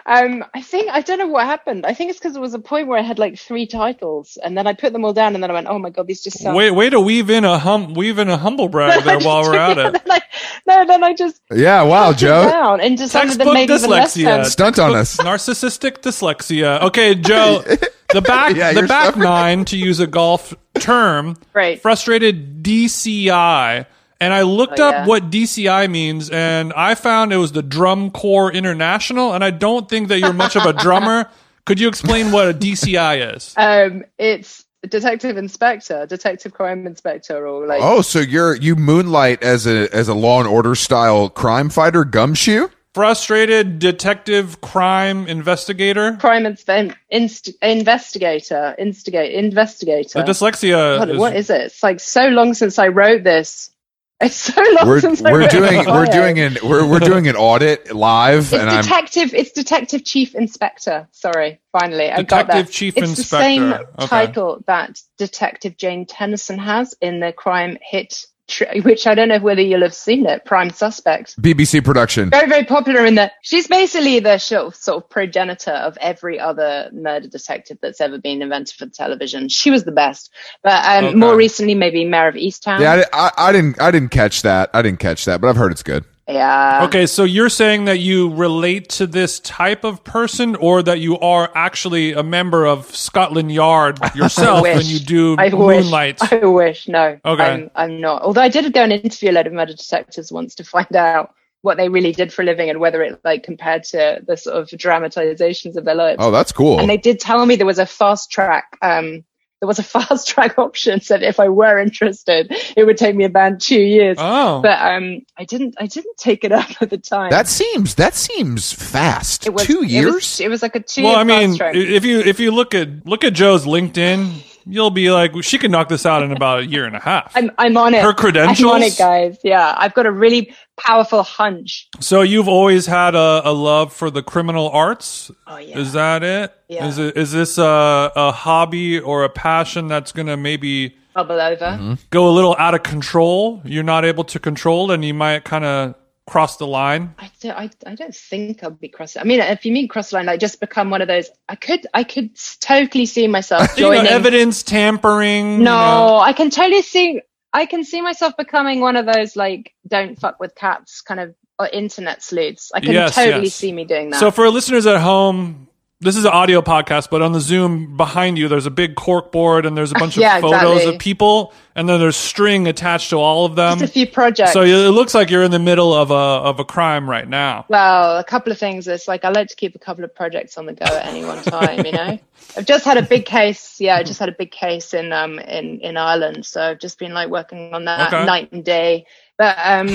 C: Um, I think I don't know what happened. I think it's because there was a point where I had like three titles, and then I put them all down, and then I went, "Oh my god, these just sound."
A: Way way to weave in a hum weave in a humble brag there while we're at it.
C: Like, no, then I just
B: yeah, wow,
C: put them
B: Oh, Joe.
C: down into something that
A: Textbook
C: made even less
A: dyslexia.
C: sense.
B: Stunt on us.
A: Narcissistic dyslexia. Okay, Joe. The back
B: Yeah,
A: the
B: you're
A: back
B: stubborn.
A: nine to use a golf term.
C: Right.
A: Frustrated DCI. And I looked
C: Oh,
A: up
C: yeah.
A: what DCI means and I found it was the Drum Corps International and I don't think that you're much of a drummer. Could you explain what a DCI is?
C: Um, it's detective inspector, detective crime inspector, or like
B: Oh, so you're you moonlight as a as a law and order style crime fighter gumshoe?
A: Frustrated detective crime investigator.
C: crime inspe- inst- investigator, instigate investigator.
A: The dyslexia
C: God,
A: is-
C: what is it? It's like so long since I wrote this. It's so long
B: We're,
C: since I
B: we're
C: wrote
B: doing
C: the
B: we're
C: bio.
B: doing an we're, we're doing an audit live and
C: It's
B: I'm
C: detective. It's detective chief inspector. Sorry, finally, I got
A: Detective
C: that.
A: Chief
C: it's
A: Inspector.
C: the same
A: Okay.
C: title that Detective Jane Tennyson has in the crime hit, tr- which I don't know whether you'll have seen it. Prime Suspect,
B: BBC production.
C: very very popular in the. She's basically the sho- sort of progenitor of every other murder detective that's ever been invented for television. She was the best, but um,
A: Okay.
C: more recently maybe Mayor of Easttown.
B: Yeah, I, di- I, I didn't I didn't catch that. I didn't catch that, but I've heard it's good.
C: yeah.
A: Okay, so you're saying that you relate to this type of person, or that you are actually a member of Scotland Yard yourself
C: wish.
A: when you do
C: I wish.
A: moonlight?
C: I wish. No.
A: Okay.
C: I'm, I'm not. Although I did go and interview a load of murder detectives once to find out what they really did for a living and whether it like compared to the sort of dramatizations of their lives.
B: Oh, that's cool.
C: And they did tell me there was a fast track. Um, there was a fast track option. Said if I were interested, it would take me about two years.
A: Oh,
C: But um, I didn't. I didn't take it up at the time.
B: that seems that seems fast.
C: it was
B: Two
C: it was-
B: years.
C: It was, like a two.
A: well,
C: year
A: I mean,
C: fast track.
A: if you if you look at look at Joe's LinkedIn, you'll be like, she could knock this out in about a year and a half.
C: I'm, I'm on it.
A: Her credentials?
C: I'm on it, guys. Yeah, I've got a really powerful hunch.
A: so you've always had a, a love for the criminal arts.
C: Oh yeah.
A: Is that it?
C: Yeah.
A: Is it is this a, a hobby or a passion that's gonna maybe
C: bubble over.
A: go a little out of control? You're not able to control, and you might kind of cross the line.
C: I don't. I, I don't think I'll be cross. I mean, if you mean cross line, like just become one of those. I could. I could s- totally see myself
A: you know,
C: joining.
A: evidence tampering. you
C: no,
A: know.
C: I can totally see. I can see myself becoming one of those like don't fuck with cats kind of uh, internet sleuths. I can
A: Yes,
C: totally
A: yes.
C: see me doing that.
A: So for listeners at home, this is an audio podcast, but on the Zoom behind you, there's a big cork board and there's a bunch of
C: Yeah,
A: photos
C: exactly.
A: of people, and then there's string attached to all of them.
C: just a few projects.
A: um, so you- it looks like you're in the middle of a of a crime right now.
C: Well, a couple of things. It's like I like to keep a couple of projects on the go at any one time. You know, I've just had a big case. Yeah, I just had a big case in um in in Ireland. So I've just been like working on that
A: Okay.
C: night and day. But um,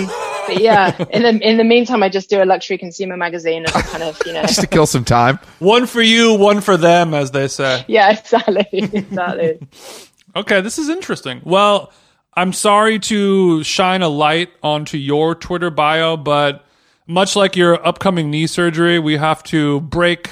C: but yeah, in the in the meantime, I just do a luxury consumer magazine and kind of you know.
B: Just to kill some time.
A: One for you, one for them, as they say.
C: Yeah, exactly, exactly.
A: Okay, this is interesting. Well, I'm sorry to shine a light onto your Twitter bio, but much like your upcoming knee surgery, we have to break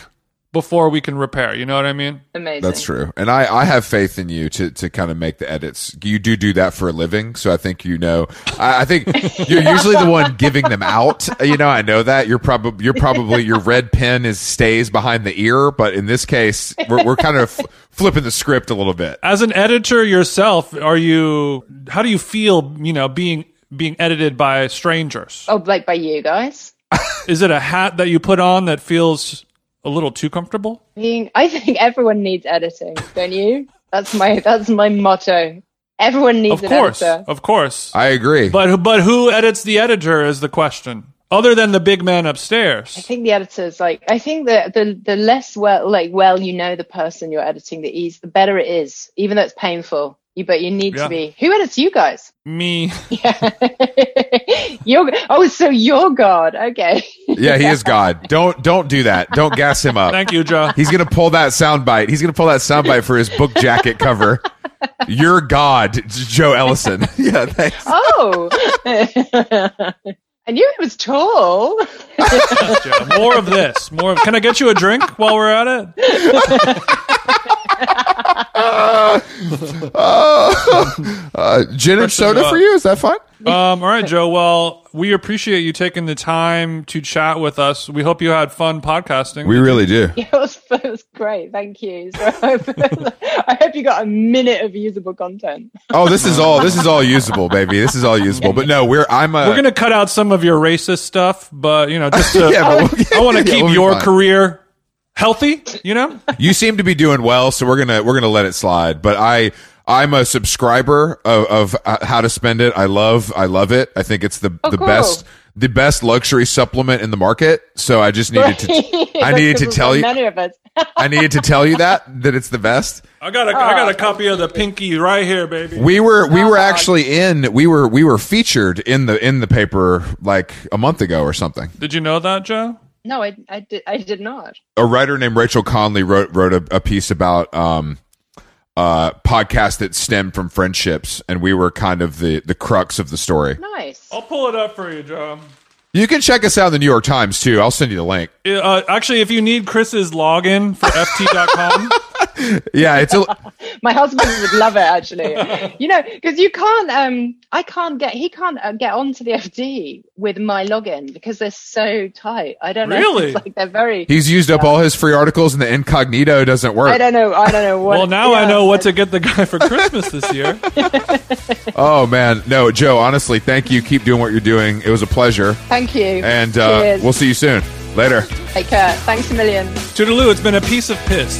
A: before we can repair. You know what I mean?
C: Amazing.
B: That's true. And I, I have faith in you to, to kind of make the edits. You do do that for a living. So I think you know, I, I think you're usually the one giving them out. You know, I know that you're probably, you're probably, your red pen is stays behind the ear. But in this case, we're, we're kind of f- flipping the script a little bit.
A: As an editor yourself, are you how do you feel, you know, being being edited by strangers?
C: Oh, like by you guys.
A: Is it a hat that you put on that feels a little too comfortable?
C: Being, I think everyone needs editing, don't you? That's my that's my motto. Everyone needs
A: Of
C: an
A: course.
C: editor.
A: Of course.
B: I agree.
A: But but who edits the editor is the question. Other than the big man upstairs.
C: I think the editor's like I think that the the less well like well you know the person you're editing the ease the better it is even though it's painful You but you need
A: Yeah.
C: to be. Who edits you guys?
A: Me.
C: Yeah. you're oh, so you're God. Okay.
B: Yeah, he is God. Don't don't do that. Don't gas him up.
A: Thank you, Joe.
B: He's gonna pull that soundbite. He's gonna pull that soundbite for his book jacket cover. You're God, Joe Ellison. yeah, thanks.
C: Oh. I knew it was tall.
A: Yes, Joe. More of this. More. Of, can I get you a drink while we're at it?
B: Uh, uh, gin and soda for you? Is that fine?
A: Um, all right, Joe. Well, we appreciate you taking the time to chat with us. We hope you had fun podcasting.
B: We really do.
C: Yeah, it was, it was great. Thank you. So I, hope, I hope you got a minute of usable content.
B: Oh, this is all this is all usable, baby. This is all usable. But no, we're I'm a
A: we're gonna cut out some of your racist stuff, but you know, just to,
B: Yeah, but we'll-
A: I want to
B: yeah,
A: keep
B: we'll be
A: your
B: fine.
A: career healthy. You know,
B: You seem to be doing well, so we're gonna we're gonna let it slide. But I I'm a subscriber of, of uh, how to spend it. I love I love it. I think it's the
C: Oh,
B: the
C: cool.
B: best the best luxury supplement in the market. So I just needed to I needed to tell you
C: Many of us.
B: I needed to tell you that that it's the best.
A: I got a I got a copy of the Pinky right here, baby.
B: We were we were actually in we were we were featured in the in the paper like a month ago or something.
A: Did you know that, Joe?
C: No, I, I, did, I did not.
B: a writer named Rachel Conley wrote wrote a, a piece about um, uh, podcasts that stem from friendships, and we were kind of the the crux of the story.
C: Nice.
A: I'll pull it up for you, Joe.
B: You can check us out in the New York Times too. I'll send you the link.
A: Uh, actually, if you need Chris's login for ft.com,
B: Yeah, it's a,
C: My husband would love it actually. You know, because you can't. Um, I can't get. He can't uh, get onto the FD with my login because they're so tight. I don't know.
A: Really?
C: It's like they're very.
B: he's used up all his free articles, and the incognito doesn't
C: I
B: work.
C: don't know. I don't know what.
A: well, now I
C: yeah.
A: know what to get the guy for Christmas this year.
B: Oh man, no, Joe. Honestly, thank you. Keep doing what you're doing. It was a pleasure,
C: Thank you.
B: and uh,
C: Cheers.
B: we'll see you soon. Later.
C: take care. Thanks a million.
A: Toodaloo, it's been a piece of piss.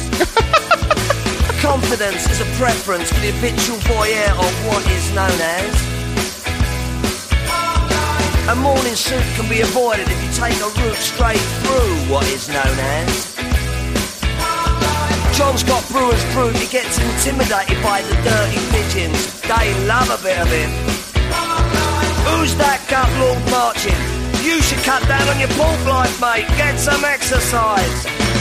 D: Confidence is a preference for the habitual voyeur or what is known as. A morning suit can be avoided if you take a route straight through what is known as. John Scott Brewer's group, he gets intimidated by the dirty pigeons. They love a bit of it. Who's that gut lord marching? You should cut down on your pork life, mate. Get some exercise.